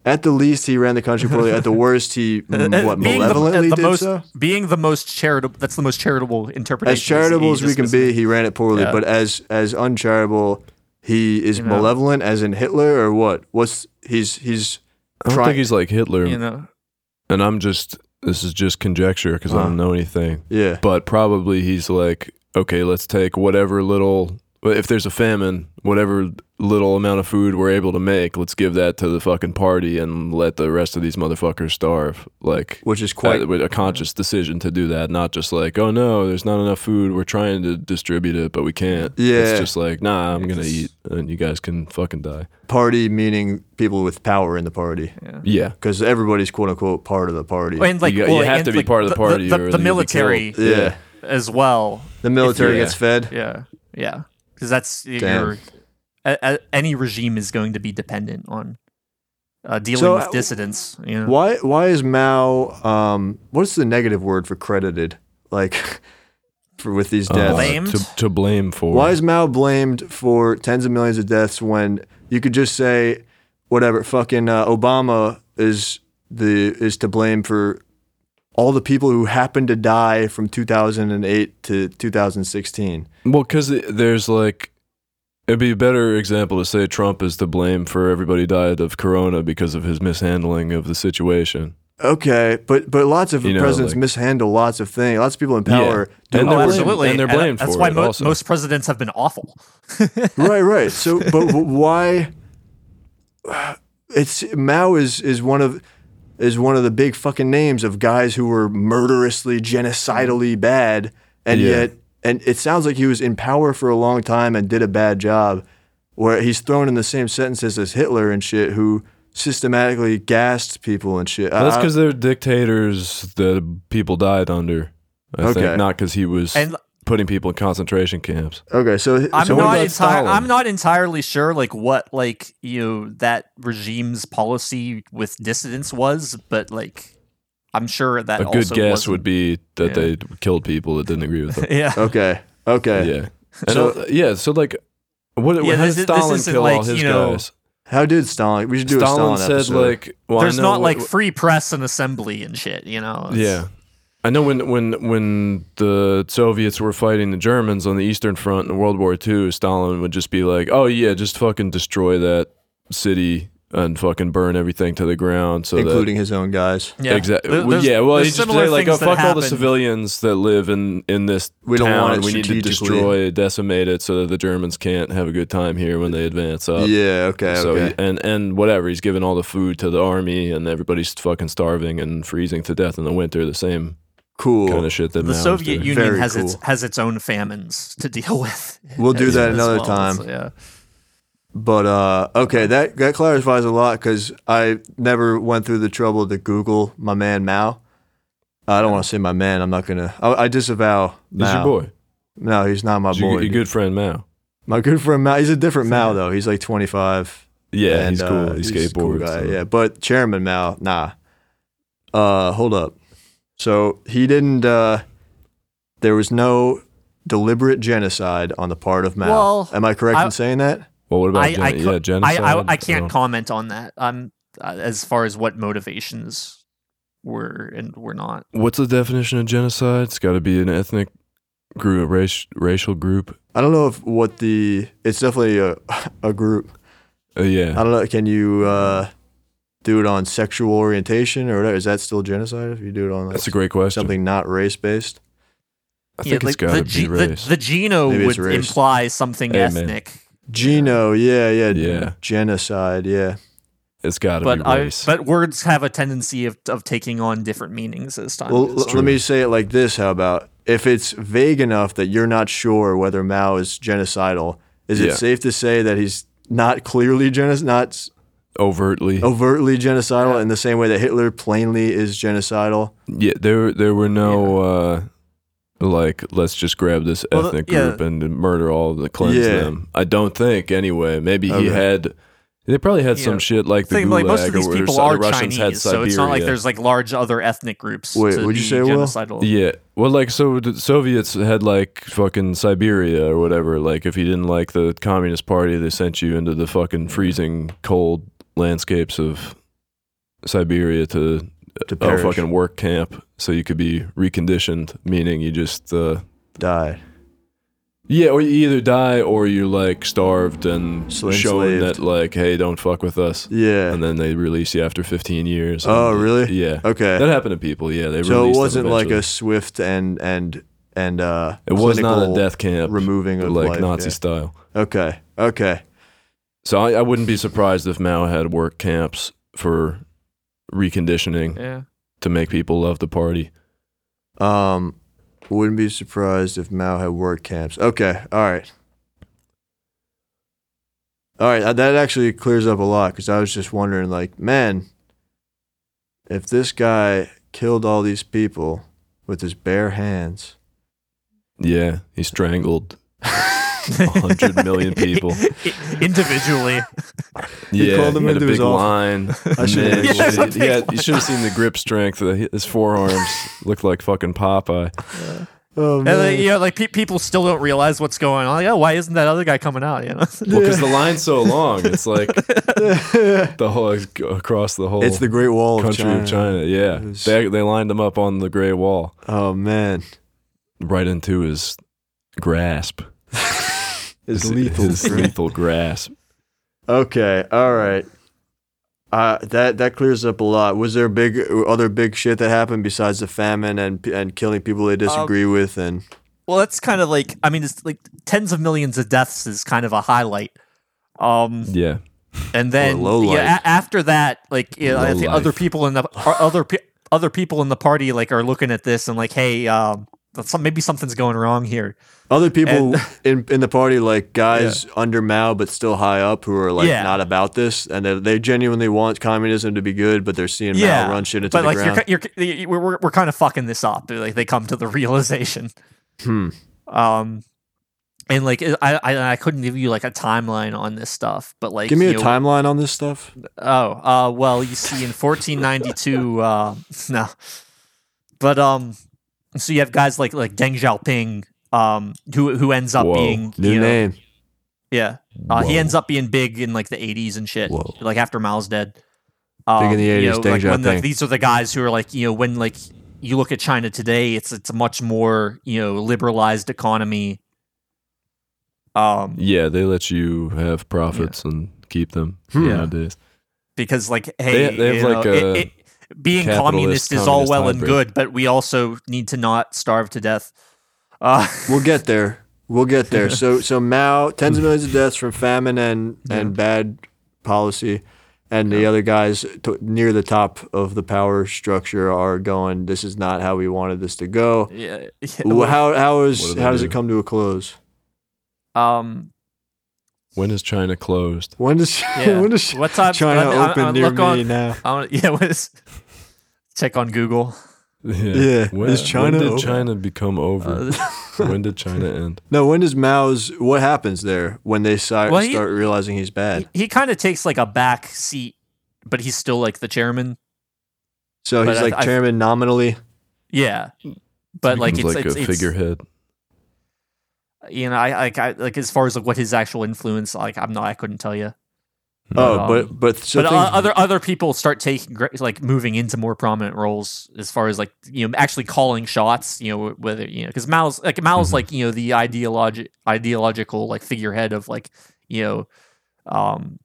At the least, he ran the country poorly. At the worst, he mm, what
Being the-
malevolently
the
did
most,
so.
Being the most charitable. That's the most charitable interpretation.
As
is
charitable
he
as we can
dismissed
be,
it.
he ran it poorly.
Yeah.
But as as uncharitable, he is
You know.
malevolent, as in Hitler or what? What's he's he's
I don't
try-
think he's like Hitler,
you know,
and I'm just this is just conjecture because I
Uh.
Uh-huh.
don't know anything.
yeah
But probably he's like, okay, let's take whatever little if there's a famine, whatever little amount of food we're able to make, let's give that to the fucking party and let the rest of these motherfuckers starve. Like
which is quite
uh, with a conscious decision to do that, not just like, oh no, there's not enough food. We're trying to distribute it, but we can't.
Yeah.
it's just like, nah, I'm gonna
It's-
eat, and you guys can fucking die.
party meaning people with power in the party
Yeah,
because everybody's quote unquote part of the party.
and like
you,
well,
have
and,
to be
like,
part of the party.
The,
or
the,
then you'll be
military
killed.
yeah.
as well.
The military
Yeah.
gets fed.
Yeah, yeah, because that's
Damn.
your a, a, any regime is going to be dependent on uh, dealing
So, uh,
with dissidents. You know?
Why why is Mao um what's the negative word for credited? Like for with these
Uh,
deaths.
Blamed?
to, to blame for.
Why is Mao blamed for tens of millions of deaths when you could just say whatever fucking uh, Obama is the is to blame for all the people who happened to die from 2008 to 2016.
Well, because there's like, it'd be a better example to say Trump is to blame for everybody died of corona because of his mishandling of the situation.
Okay, but but lots of
You know,
presidents
like-
mishandle lots of things. Lots of people in power do
And
horrible
oh,
they're blamed-
absolutely,
and they're blamed
that's
for
why
it
mo-
also.
most presidents have been awful.
right, right. So, but, but why? It's Mao is is one of is one of the big fucking names of guys who were murderously, genocidally bad, and
Yeah.
yet, and it sounds like he was in power for a long time and did a bad job. Where he's thrown in the same sentences as Hitler and shit, who systematically gassed people and shit.
That's
I-
because they're dictators that people died under. I
Okay.
think not because he was
And-
putting people in concentration camps.
okay, so
I'm
so
what
not
about
entire.
Stalin?
I'm not entirely sure, like what, like you know, that regime's policy with dissidents was, but like, I'm sure that
a good
also
guess
wasn't-
would be that
Yeah.
they killed people that didn't agree with them.
yeah.
okay, okay.
yeah. And
So-
so, yeah. So like, what?
Yeah,
how
this
did
is- this
Stalin
isn't
kill all
like,
his
you know,
guys?
How did Stalin? We should do
Stalin
a Stalin
said
episode.
like, well, Oh, I
There's
know
not
what-
like free press and assembly and shit, you know. It's-
Yeah. I know when, when when the Soviets were fighting the Germans on the Eastern Front in World War II, Stalin would just be like, "Oh yeah, just fucking destroy that city and fucking burn everything to the ground." So that
including his own guys.
yeah.
Exactly.
There-
Well,
there's-
yeah. Well,
there's
he just
similar
say like,
things that
"Oh, fuck all the
happen.
civilians that live in in this
We don't
town.
want it
we need to
strategically."
destroy, decimate it, so that the Germans can't have a good time here when they advance up."
Yeah. Okay.
So
okay.
he- and and whatever he's giving all the food to the army and everybody's fucking starving and freezing to death in the winter the same
cool.
kind of shit that
The
Mao's
Soviet
doing.
Union
Very
has its
cool.
has its own famines to deal with.
We'll do
as-
that
as
another
well,
time.
so, yeah.
But uh, okay, that that clarifies a lot because I never went through the trouble to Google my man Mao. I don't want to say my man. I'm not gonna. I, I disavow.
He's
Mao.
your boy.
No, he's not my
He's your,
boy.
your
dude.
good friend Mao.
My good friend Mao. He's a different
Same.
Mao though. He's like 25.
Yeah,
and,
he's cool.
uh,
he
he's
skateboards.
a cool guy,
so-
Yeah, but Chairman Mao, nah. Uh, hold up. So he didn't. Uh, there was no deliberate genocide on the part of Mao.
Well,
Am I correct
I-
in saying that?
Well, what about
I-
gen-
I co-
yeah,
I,
genocide?
I I can't
don't-
comment on that. I'm uh, as far as what motivations were and were not.
What's the definition of genocide? It's got to be an ethnic group, race, racial group.
I don't know if what the. It's definitely a a group.
Uh,
I
yeah,
don't know. Can you uh, do it on sexual orientation or whatever? Is that still genocide if you do it on like,
that's a great question.
something not race based?
I think it's got
the,
to be
ge-
race.
the the Geno
Maybe it's
would
race.
imply something
Hey, man.
ethnic,
Geno, yeah, yeah,
Yeah.
genocide, yeah.
it's got to be
but I,
race.
but words have a tendency of, of taking on different meanings as time.
Well,
goes
l-
on.
let me say it like this: How about if it's vague enough that you're not sure whether Mao is genocidal? Is
Yeah.
it safe to say that he's not clearly genocidal, not s-
Overtly,
overtly genocidal, in the same way that Hitler plainly is genocidal?
yeah. There, there were no uh, like. Let's just grab this
Well, the-
ethnic
yeah.
group and murder all of the cleanse
Yeah.
them. I don't think. Anyway, maybe
Okay.
he had. They probably had
Yeah.
some shit like the
Thing,
Gulag
like most of these
or,
people
so
are
the Russians
Chinese,
had
so it's not like
Siberia.
there's like large other ethnic groups.
Wait,
to
what'd you
be
say, Will?
genocidal.
Yeah. Well, like, so the Soviets had, like, fucking Siberia or whatever. Like, if you didn't like the Communist Party, they sent you into the fucking freezing cold landscapes of Siberia to
To
a
perish,
Uh, oh, fucking work camp so you could be reconditioned, meaning you just, uh,
die.
yeah, or you either die or you're, like, starved and
So
shown
enslaved.
that, like, hey, don't fuck with us.
Yeah.
And then they release you after 15 years.
Oh,
And-
really?
Yeah. That
Okay.
happened to people, yeah. They
So it
released them
wasn't like
eventually.
a swift and and and uh,
It was not a
clinical
death camp.
removing of
like
life,
Nazi
yeah.
style.
Okay. Okay.
So I, I wouldn't be surprised if Mao had work camps for reconditioning
Yeah.
to make people love the party.
Um, wouldn't be surprised if Mao had work camps. Okay, all right, all right. uh, That actually clears up a lot because I was just wondering, like, man, if this guy killed all these people with his bare hands,
Yeah, he strangled. 100 million people.
individually.
He
yeah,
called him
had
into
a big
his office.
line.
I should have.
Man, he
Yeah,
should- he
big
had- you should have seen the grip strength. Uh, His forearms looked like fucking Popeye.
Oh
And
man.
like, you know, like pe- people still don't realize what's going on. Like, oh, why isn't that other guy coming out? You know,
Well, because the line's so long, it's like the whole across the whole
it's the Great Wall of
country
China.
of China. Yeah,
It was-
they they lined him up on the Gray Wall.
Oh man,
right into his grasp.
it's lethal.
His
bro.
lethal grasp.
Okay, all right. Uh, that that clears up a lot. Was there big other big shit that happened besides the famine and and killing people
Um,
they disagree with and
well, that's kind of like I mean, it's like tens of millions of deaths is kind of a highlight. Um,
Yeah.
and then
low
yeah,
life.
a- after that, like you know, I
Low
think other
life.
people in the or other pe- other people in the party like are looking at this and like, hey, um, that's some, maybe something's going wrong here.
other people in in the party like guys under Mao but still high up who are like
Yeah.
not about this and they, they genuinely want communism to be good but they're seeing
yeah,
Mao run shit into
but
the
like
ground.
you're ki- you're, you we're, we're we're kind of fucking this up. Like they come to the realization.
hmm.
um and like I, I i couldn't give you like a timeline on this stuff but like
Give me
you
a
know-
timeline on this stuff.
oh uh well you see in 1492 uh no but um so you have guys like like deng xiaoping um who who ends up
Whoa.
being
New
you know-
name.
yeah uh, he
Whoa.
ends up being big in like the 80s and shit
Whoa.
like after mao's dead um,
in the
you
80s,
know,
Deng
like, when, like,
Xiaoping.
these are the guys who are like you know when like you look at china today it's it's a much more you know liberalized economy um
Yeah, they let you have profits and keep them
Hmm.
nowadays.
because like hey
they have,
you
like,
know, it-
a
it- being
capitalist,
communist is all
communist
well and
hybrid.
good but we also need to not starve to death uh,
We'll get there. We'll get there. So so Mao, tens of millions of deaths from famine and and bad policy, and the other guys t- near the top of the power structure are going. This is not how we wanted this to go.
yeah,
Wh- How how
What
is
do they
how does
do?
it come to a close?
um
When is China closed?
When does
yeah.
when does
what time
China
I- I- I-
open
I
near
look on-
me now?
I wanna- yeah what is check on google
Yeah.
When,
Is China
when did
over?
China become over?
Uh,
when did China end?
No, when does Mao's what happens there when they si-
Well, he-
start realizing he's bad?
he he kind of takes like a back seat, but he's still like the chairman.
So
but
he's
I-
like
I-
chairman nominally.
Yeah, but like it's
Becomes
like
like
it's,
a
it's-
figurehead.
you know I like I like as far as like what his actual influence like I'm not I couldn't tell you.
Oh,
Um,
but but so
but o-
things-
other other people start taking gre- like moving into more prominent roles as far as like you know actually calling shots. You know whether you know because Mao's like Mao's
Mhm.
like you know the ideologi- ideological like figurehead of like you know um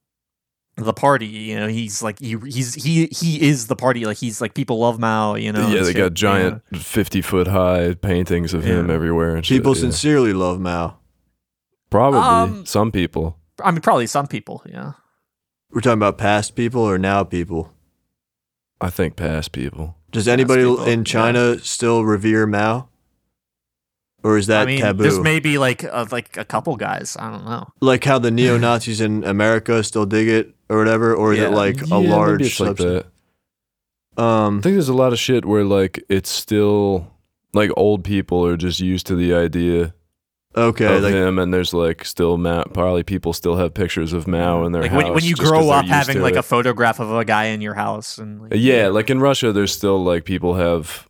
the party. You know he's like he he's he he is the party. Like he's like people love Mao. You know and
Oh, yeah, they
shit,
got giant fifty foot high paintings of him
Yeah.
everywhere. And shit,
people
yeah.
sincerely love Mao.
probably
Um,
some people.
you know. I mean probably some people. Yeah.
We're talking about past people or now people.
I think past people.
Does anybody
people,
in China still revere Mao? Or is that
I mean there's
taboo?
maybe like of like a couple guys. I don't know.
like how the neo Nazis in America still dig it or whatever, or is
Yeah.
it like
Yeah,
a
maybe
large
it's like
subset?
that. I
Um,
think there's a lot of shit where like it's still like old people are just used to the idea
okay,
of
like
him, and there's like still Mao. Probably people still have pictures of Mao in their
like
house.
when, when you
just 'cause
grow
they're
up
used
having
to
like
it.
a photograph of a guy in your house and like,
Yeah, like in Russia, there's still like people have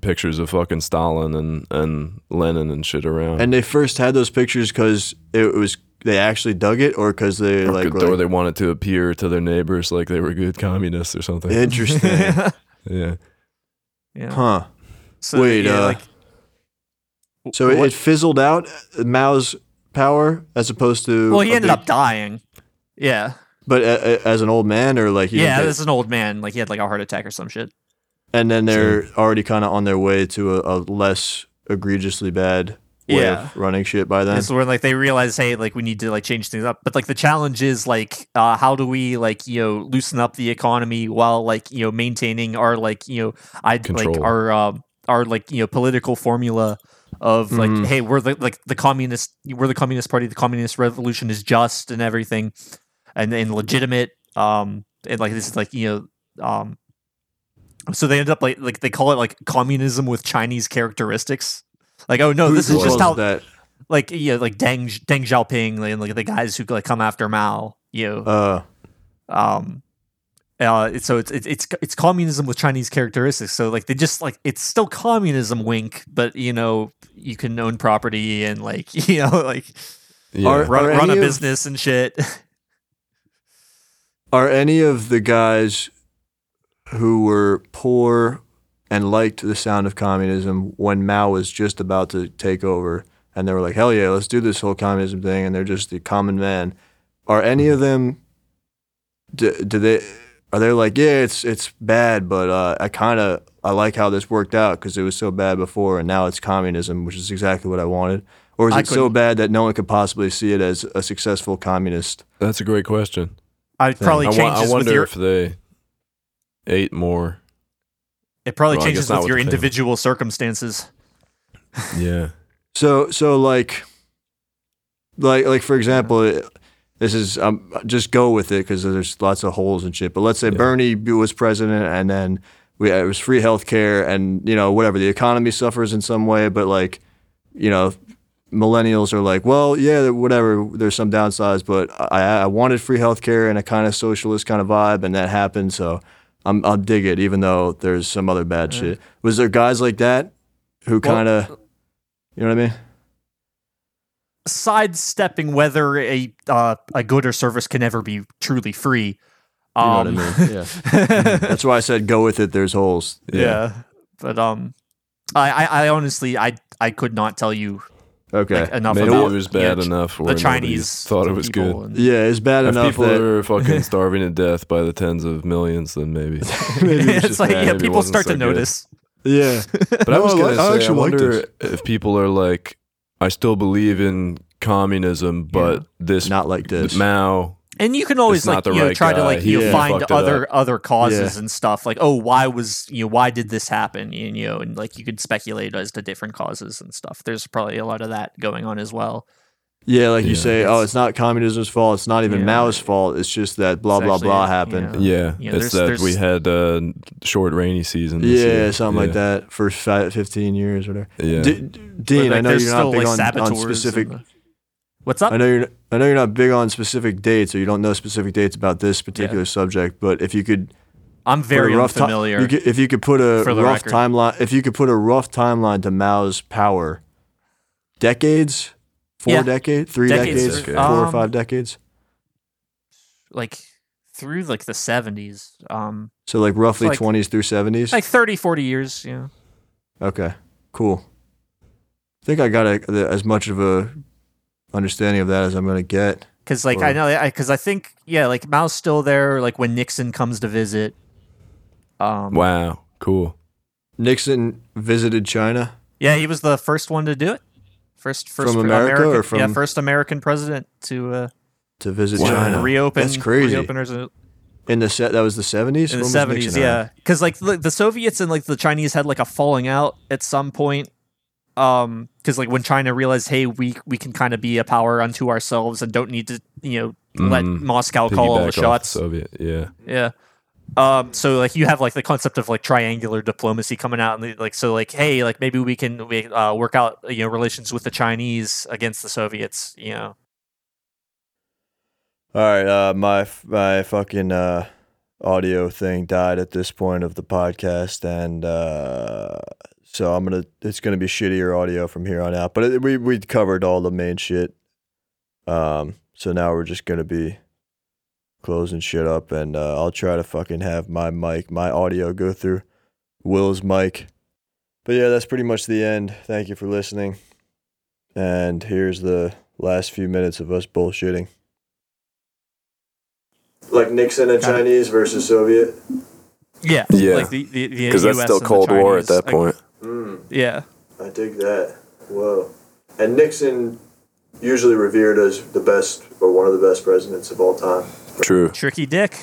pictures of fucking Stalin and and Lenin and shit around.
and they first had those pictures because it was they actually dug it, or because they
or,
like
could-
were
or
like,
they wanted to appear to their neighbors like they were good communists or something.
interesting,
yeah,
yeah.
huh?
So,
Wait,
yeah,
uh,
like,
So it,
What-
it fizzled out uh, Mao's power as opposed to
well, he
a
ended
big-
up dying. Yeah,
but a, a, as an old man or like you
yeah.
don't
As
get-
an old man, like he had like a heart attack or some shit.
and then they're already kind of on their way to a, a less egregiously bad way
Yeah.
of running shit by then.
And so when like they realize, hey, like we need to like change things up. But like the challenge is like, uh, how do we like you know loosen up the economy while like you know maintaining our like you know I like
Control.
our um our like you know political formula of like,
Mhm.
hey, we're the like the communist, we're the communist party. The communist revolution is just and everything, and and legitimate. Um, and like this is like you know um. So they end up like like they call it like communism with Chinese characteristics. Like oh no,
Who
this is
calls
just how
that
like you know, like Deng Deng Xiaoping like, and like the guys who like come after Mao, you know.
uh
um uh, it's- so it's it's it's it's communism with Chinese characteristics. So like they just like it's still communism wink, but you know you can own property and like you know like
yeah.
Are-
run, run a
any of-
business and shit.
Are any of the guys who were poor and liked the sound of communism when Mao was just about to take over and they were like, hell yeah, let's do this whole communism thing? And they're just the common man. Are any of them, do, do they, are they like, yeah, it's, it's bad, but uh, I kind of, I like how this worked out because it was so bad before and now it's communism, which is exactly what I wanted? Or is
I
it so
couldn't-
bad that no one could possibly see it as a successful communist?
that's a great question.
I'd probably
I, wa- I
changes with
wonder
your
if they ate more.
it probably
Well, I guess
changes
not
with
with
your
the family.
individual circumstances.
Yeah,
So so like like like for example, it- this is um, just go with it because there's lots of holes and shit. But let's say
Yeah.
Bernie was president, and then we it was free healthcare, and you know whatever the economy suffers in some way, but like you know. Millennials are like, well, yeah, whatever. There's some downsides, but I, I wanted free healthcare and a kind of socialist kind of vibe, and that happened. So I'm, I'll dig it, even though there's some other bad shit. Was there guys like that who
Well-
kind of, you know what I mean?
Sidestepping whether a uh, a good or service can ever be truly free.
You know
Um,
what I mean? Yeah. That's why I said go with it. There's holes.
yeah. But um, I, I I honestly I I could not tell you
Okay.
like uh, enough
Maybe
about
it was
you know,
bad
Ch-
enough. Where
The
nobody
Chinese
thought it was
people
good.
and-
yeah, it's bad
If
enough
people
that
are fucking starving to death by the tens of millions, then maybe.
maybe it's
it's
just
like
bad.
yeah,
Maybe it
people
wasn't
start
so
to
good.
notice.
yeah.
But I
No,
was
I
gonna
like- I
say, I,
actually like
wonder
this.
if people are like, I still believe in communism, but this
Not like this.
Mao.
And you can always
It's not
like
the
you know
right
try to
guy.
like you know,
He
find
fucked it
other other causes
Yeah.
and stuff like oh why was you know why did this happen and you know and like you could speculate as to different causes and stuff. There's probably a lot of that going on as well.
Yeah, like you
Yeah.
say, oh, it's not communism's fault. It's not even
Yeah.
Mao's fault. It's just that blah
It's
blah
actually-
blah happened.
yeah.
Yeah,
Yeah,
it's
there's-
that we
there's-
had a short rainy season.
Yeah,
This year.
something like
Yeah,
that for fi- fifteen years or whatever.
Yeah,
D- D- Dean,
But, like,
I know
there's
you're not
still,
big
like,
on, on
saboteurs
specific.
and- What's up?
I know you're. I know you're not big on specific dates, or you don't know specific dates about this particular subject. But if you could,
I'm
put
very
a rough ti-
unfamiliar.
you could- if you could put a
for the
rough
record.
timeline, if you could put a rough timeline to Mao's power, decades, four
Yeah.
decades, three
Decades,
decades,
sure.
four or
Um,
five decades.
like through like the 70s, um,
So like roughly
like-
20s through 70s.
like 30, 40 years. Yeah.
Okay, cool. I think I got a, the, as much of a understanding of that as I'm gonna get.
Because like I
Or-
know, I because I think yeah, like Mao's still there. Like when Nixon comes to visit. Um,
wow, cool.
Nixon visited China.
Yeah, he was the first one to do it. First, first
From
pre-
America
American,
or
yeah,
from-
first American president to uh,
To visit
Wow.
China,
reopen.
That's crazy.
Reopeners in,
In the set that was the seventies.
in the seventies, yeah, because like the, the Soviets and like the Chinese had like a falling out at some point. Um, because like when China realized, hey, we we can kind of be a power unto ourselves and don't need to, you know, let
Mm-hmm.
Mm.
Moscow call
Piggyback
all the
off
shots.
Soviet. Yeah,
Yeah. Um, so like you have like the concept of like triangular diplomacy coming out and like so like hey like maybe we can we, uh, work out you know relations with the Chinese against the Soviets you know
All right, uh, my my fucking uh, audio thing died at this point of the podcast, and uh, so I'm gonna it's gonna be shittier audio from here on out. But it, we we covered all the main shit, um. So now we're just gonna be closing shit up, and uh, I'll try to fucking have my mic, my audio go through Will's mic. But yeah, that's pretty much the end. Thank you for listening, and here's the last few minutes of us bullshitting like Nixon and
Got it.
Chinese versus Soviet.
yeah
Yeah.
like the the, the
because that's
US
still
and the
Cold War at
Chinese,
that
like,
point.
Mm,
yeah
I dig that. Whoa. And Nixon, usually revered as the best or one of the best presidents of all time.
True.
tricky dick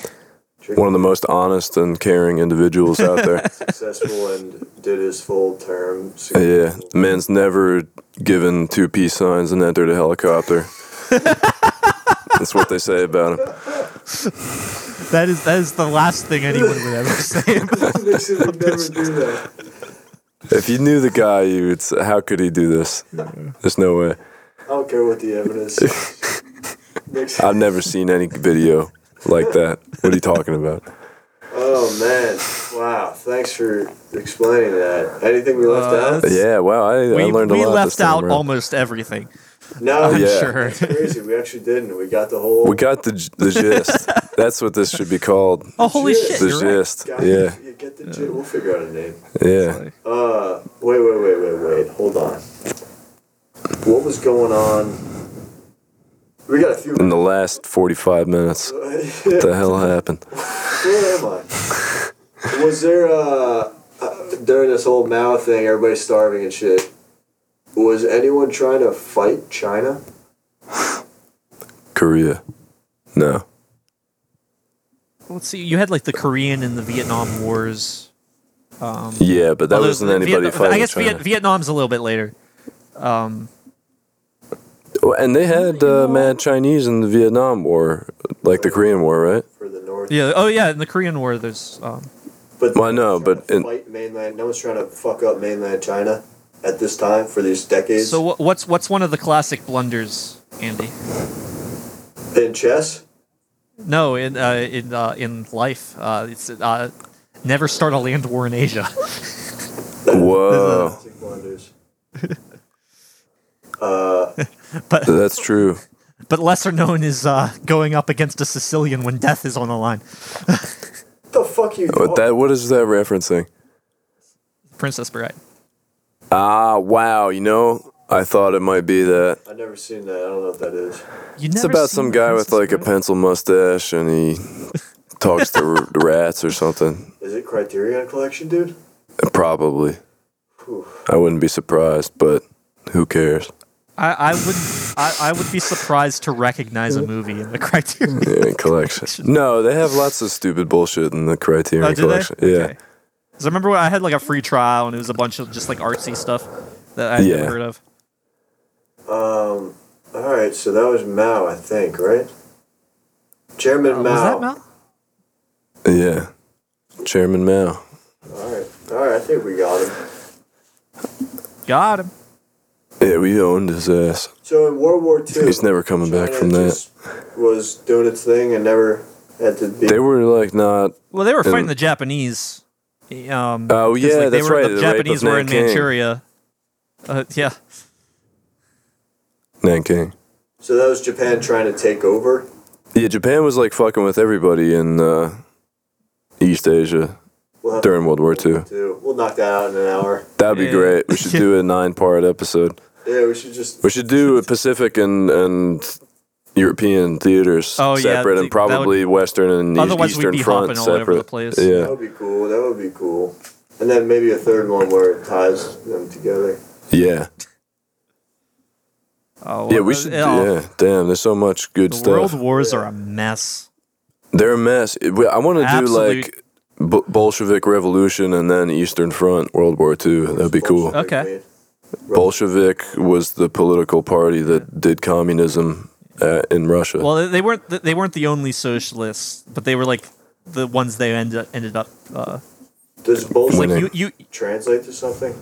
One of the most honest and caring individuals out there.
Successful and did his full term.
Uh, yeah, the man's never given two peace signs and entered a helicopter. that's what they say about him.
that is that is the last thing anyone would ever say
Nixon would never do that.
If you knew the guy, you would say, "How could he do this?" There's no way.
I don't care what the evidence is. Nixon.
I've never seen any video like that. What are you talking about?
Oh, man. Wow. Thanks for explaining that. Anything we left
Uh,
out?
Yeah, wow, I, I
we,
learned a
we
lot. this
left
time
out
around.
almost everything
No,
I'm
Yeah.
sure
That's crazy. We actually didn't. We got the whole.
We got the g- the gist. That's what this should be called.
oh holy
Shit.
shit
the
you're right.
gist.
Guys,
Yeah,
you get the jit. We'll figure out a name.
yeah.
Uh, wait, wait, wait, wait, wait. Hold on. What was going on? We got a few.
In the last forty five minutes, what the hell happened?
Where am I? Was there uh, uh during this whole Mao thing, everybody's starving and shit? Was anyone trying to fight China?
Korea. No.
let's see you had like the Korean and the Vietnam wars um
Yeah, but that
Although
wasn't
the
anybody
Vietnam-
fighting
I guess
China.
Viet- Vietnam's a little bit later. Um,
Oh, and they had uh, mad Chinese in the Vietnam War, like the Korean War, right?
For the North.
yeah. Oh, yeah. In the Korean War, there's. Um,
But
Well, I know,
trying to
but in-
fight mainland. No one's trying to fuck up mainland China at this time for these decades.
so wh- what's what's one of the classic blunders, Andy?
in chess.
No, in uh, in uh, in life, uh, it's uh, never start a land war in Asia.
Whoa,
Classic blunders. uh,
but
that's true.
but lesser known is uh, going up against a Sicilian when death is on the line.
what the fuck you?
But
talking-
that what is that referencing?
Princess Bride.
Ah, wow. You know, I thought it might be that.
I've never seen that. I don't know what that is.
You
It's about some guy with like a pencil mustache and he talks to r- rats or something.
Is it Criterion Collection, dude?
Probably.
Whew.
I wouldn't be surprised, but who cares?
I, I would I, I would be surprised to recognize a movie in the Criterion.
Yeah, collection. No, they have lots of stupid bullshit in the Criterion
Oh, do
collection.
they?
Yeah.
Okay. 'Cause I remember when I had like a free trial and it was a bunch of just like artsy stuff that I had
Yeah.
never heard of.
Um, all right. right, so that was Mao, I think, right? Chairman
Uh,
Mao.
Was that Mao?
Yeah. Chairman Mao.
All right, all right, I think we got him.
Got him.
Yeah, we owned his ass.
So in World War II,
He's never coming back
China
from that.
just Was doing its thing and never had to be.
They were like not.
Well, they were fighting
And-
the Japanese. Um,
Oh,
'cause,
yeah,
like, they
that's
were,
right, the
The
rape
Japanese
of
were in
Nanking.
Manchuria. Uh, yeah,
Nanking.
so that was Japan trying to take over.
Yeah, Japan was like fucking with everybody in uh, East Asia
We'll have
during World War II.
to. We'll knock that out in an hour.
That'd be
Yeah.
great. We should do a nine part episode.
Yeah, we should just.
We should do a Pacific and, and European theaters
Oh, yeah,
separate and
th- that would-
probably Western and East-
Otherwise we'd
Eastern
be
Front
hopping all
separate.
over the place.
Yeah.
That would be cool. That would be cool. And then maybe a third one where it ties them together.
Yeah.
oh,
Yeah,
well,
we should.
oh,
Yeah, damn. There's so much good
The
stuff.
world wars are a mess.
They're a mess. It- we- I want to do
Absolute-
like B- Bolshevik Revolution and then Eastern Front, World War II. That'd be cool.
Bolshevik,
Okay.
man.
uh,
Bolshevik was the political party that did communism uh, in Russia.
Well, they- they weren't. They weren't the only socialists, but they were like the ones they ended ended up. Uh,
Does
Like
Bolshevik
Winning.
you you.
translate to something?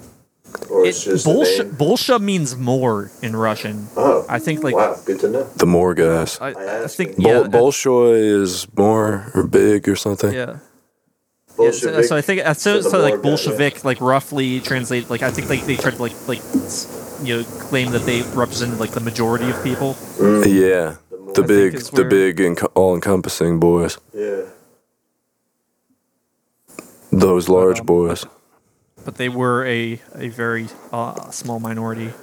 Or
It,
it's just. a
Bolsha,
name?
Bolsha means more in Russian.
Oh.
I think like
wow, good to know.
the more guys.
I, I
asked
think
him.
Bol-
yeah,
Bolshoi is more or big or something.
yeah. Yeah, so-
Bolshevik.
so, I think uh, so,
to the
so like
Borg, yeah.
Bolshevik, like roughly translated, like I think like they tried to like like s- you know claim that they represented like the majority of people. Mm-hmm.
Yeah. The
I
think
big,
is
the
where-
big, enc- all-encompassing boys.
yeah.
Those large
Um,
boys.
But they were a a very uh, small minority.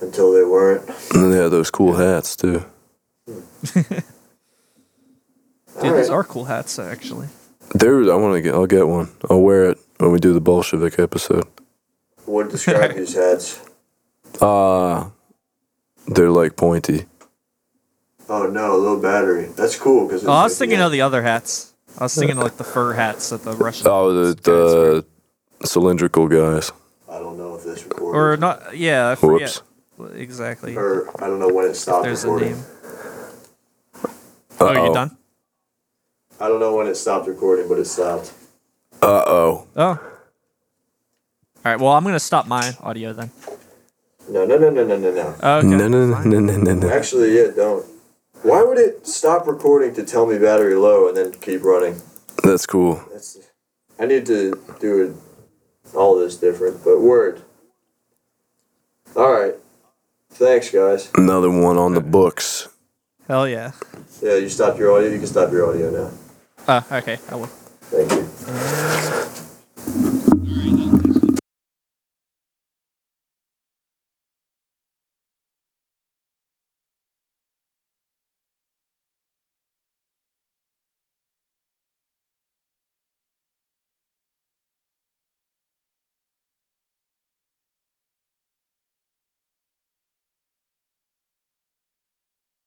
Until they weren't.
And then they had those cool hats too.
Dude,
All
these
right.
are cool hats actually.
There, I want to get. I'll get one. I'll wear it when we do the Bolshevik episode.
What describe these hats?
Uh they're like pointy.
Oh no, low battery. That's cool because.
Oh, I was thinking of the other hats. I was thinking of like the fur hats that the Russian
Oh,
guys wear.
the, the cylindrical guys.
I don't know if this recorded.
or
Or,
not? Yeah, I forget.
Whoops.
exactly.
I don't know when it stopped
There's a
recording.
name. Oh, you
Uh-oh.
done?
I don't know when it stopped recording, but it stopped.
Uh oh.
Oh. All right. Well, I'm gonna stop my audio then. Oh,
No, no, no, no, no, no, no.
Okay.
No, no, no, no, no, no, no.
Actually, yeah, don't. Why would it stop recording to tell me battery low and then keep running?
That's cool.
That's. I need to do it. All this different, but word. All right. Thanks, guys.
Another one on the books.
Hell yeah. Ah,
Yeah, you stop your audio. You can stop your audio now.
Uh, okay. I will.
Thank you.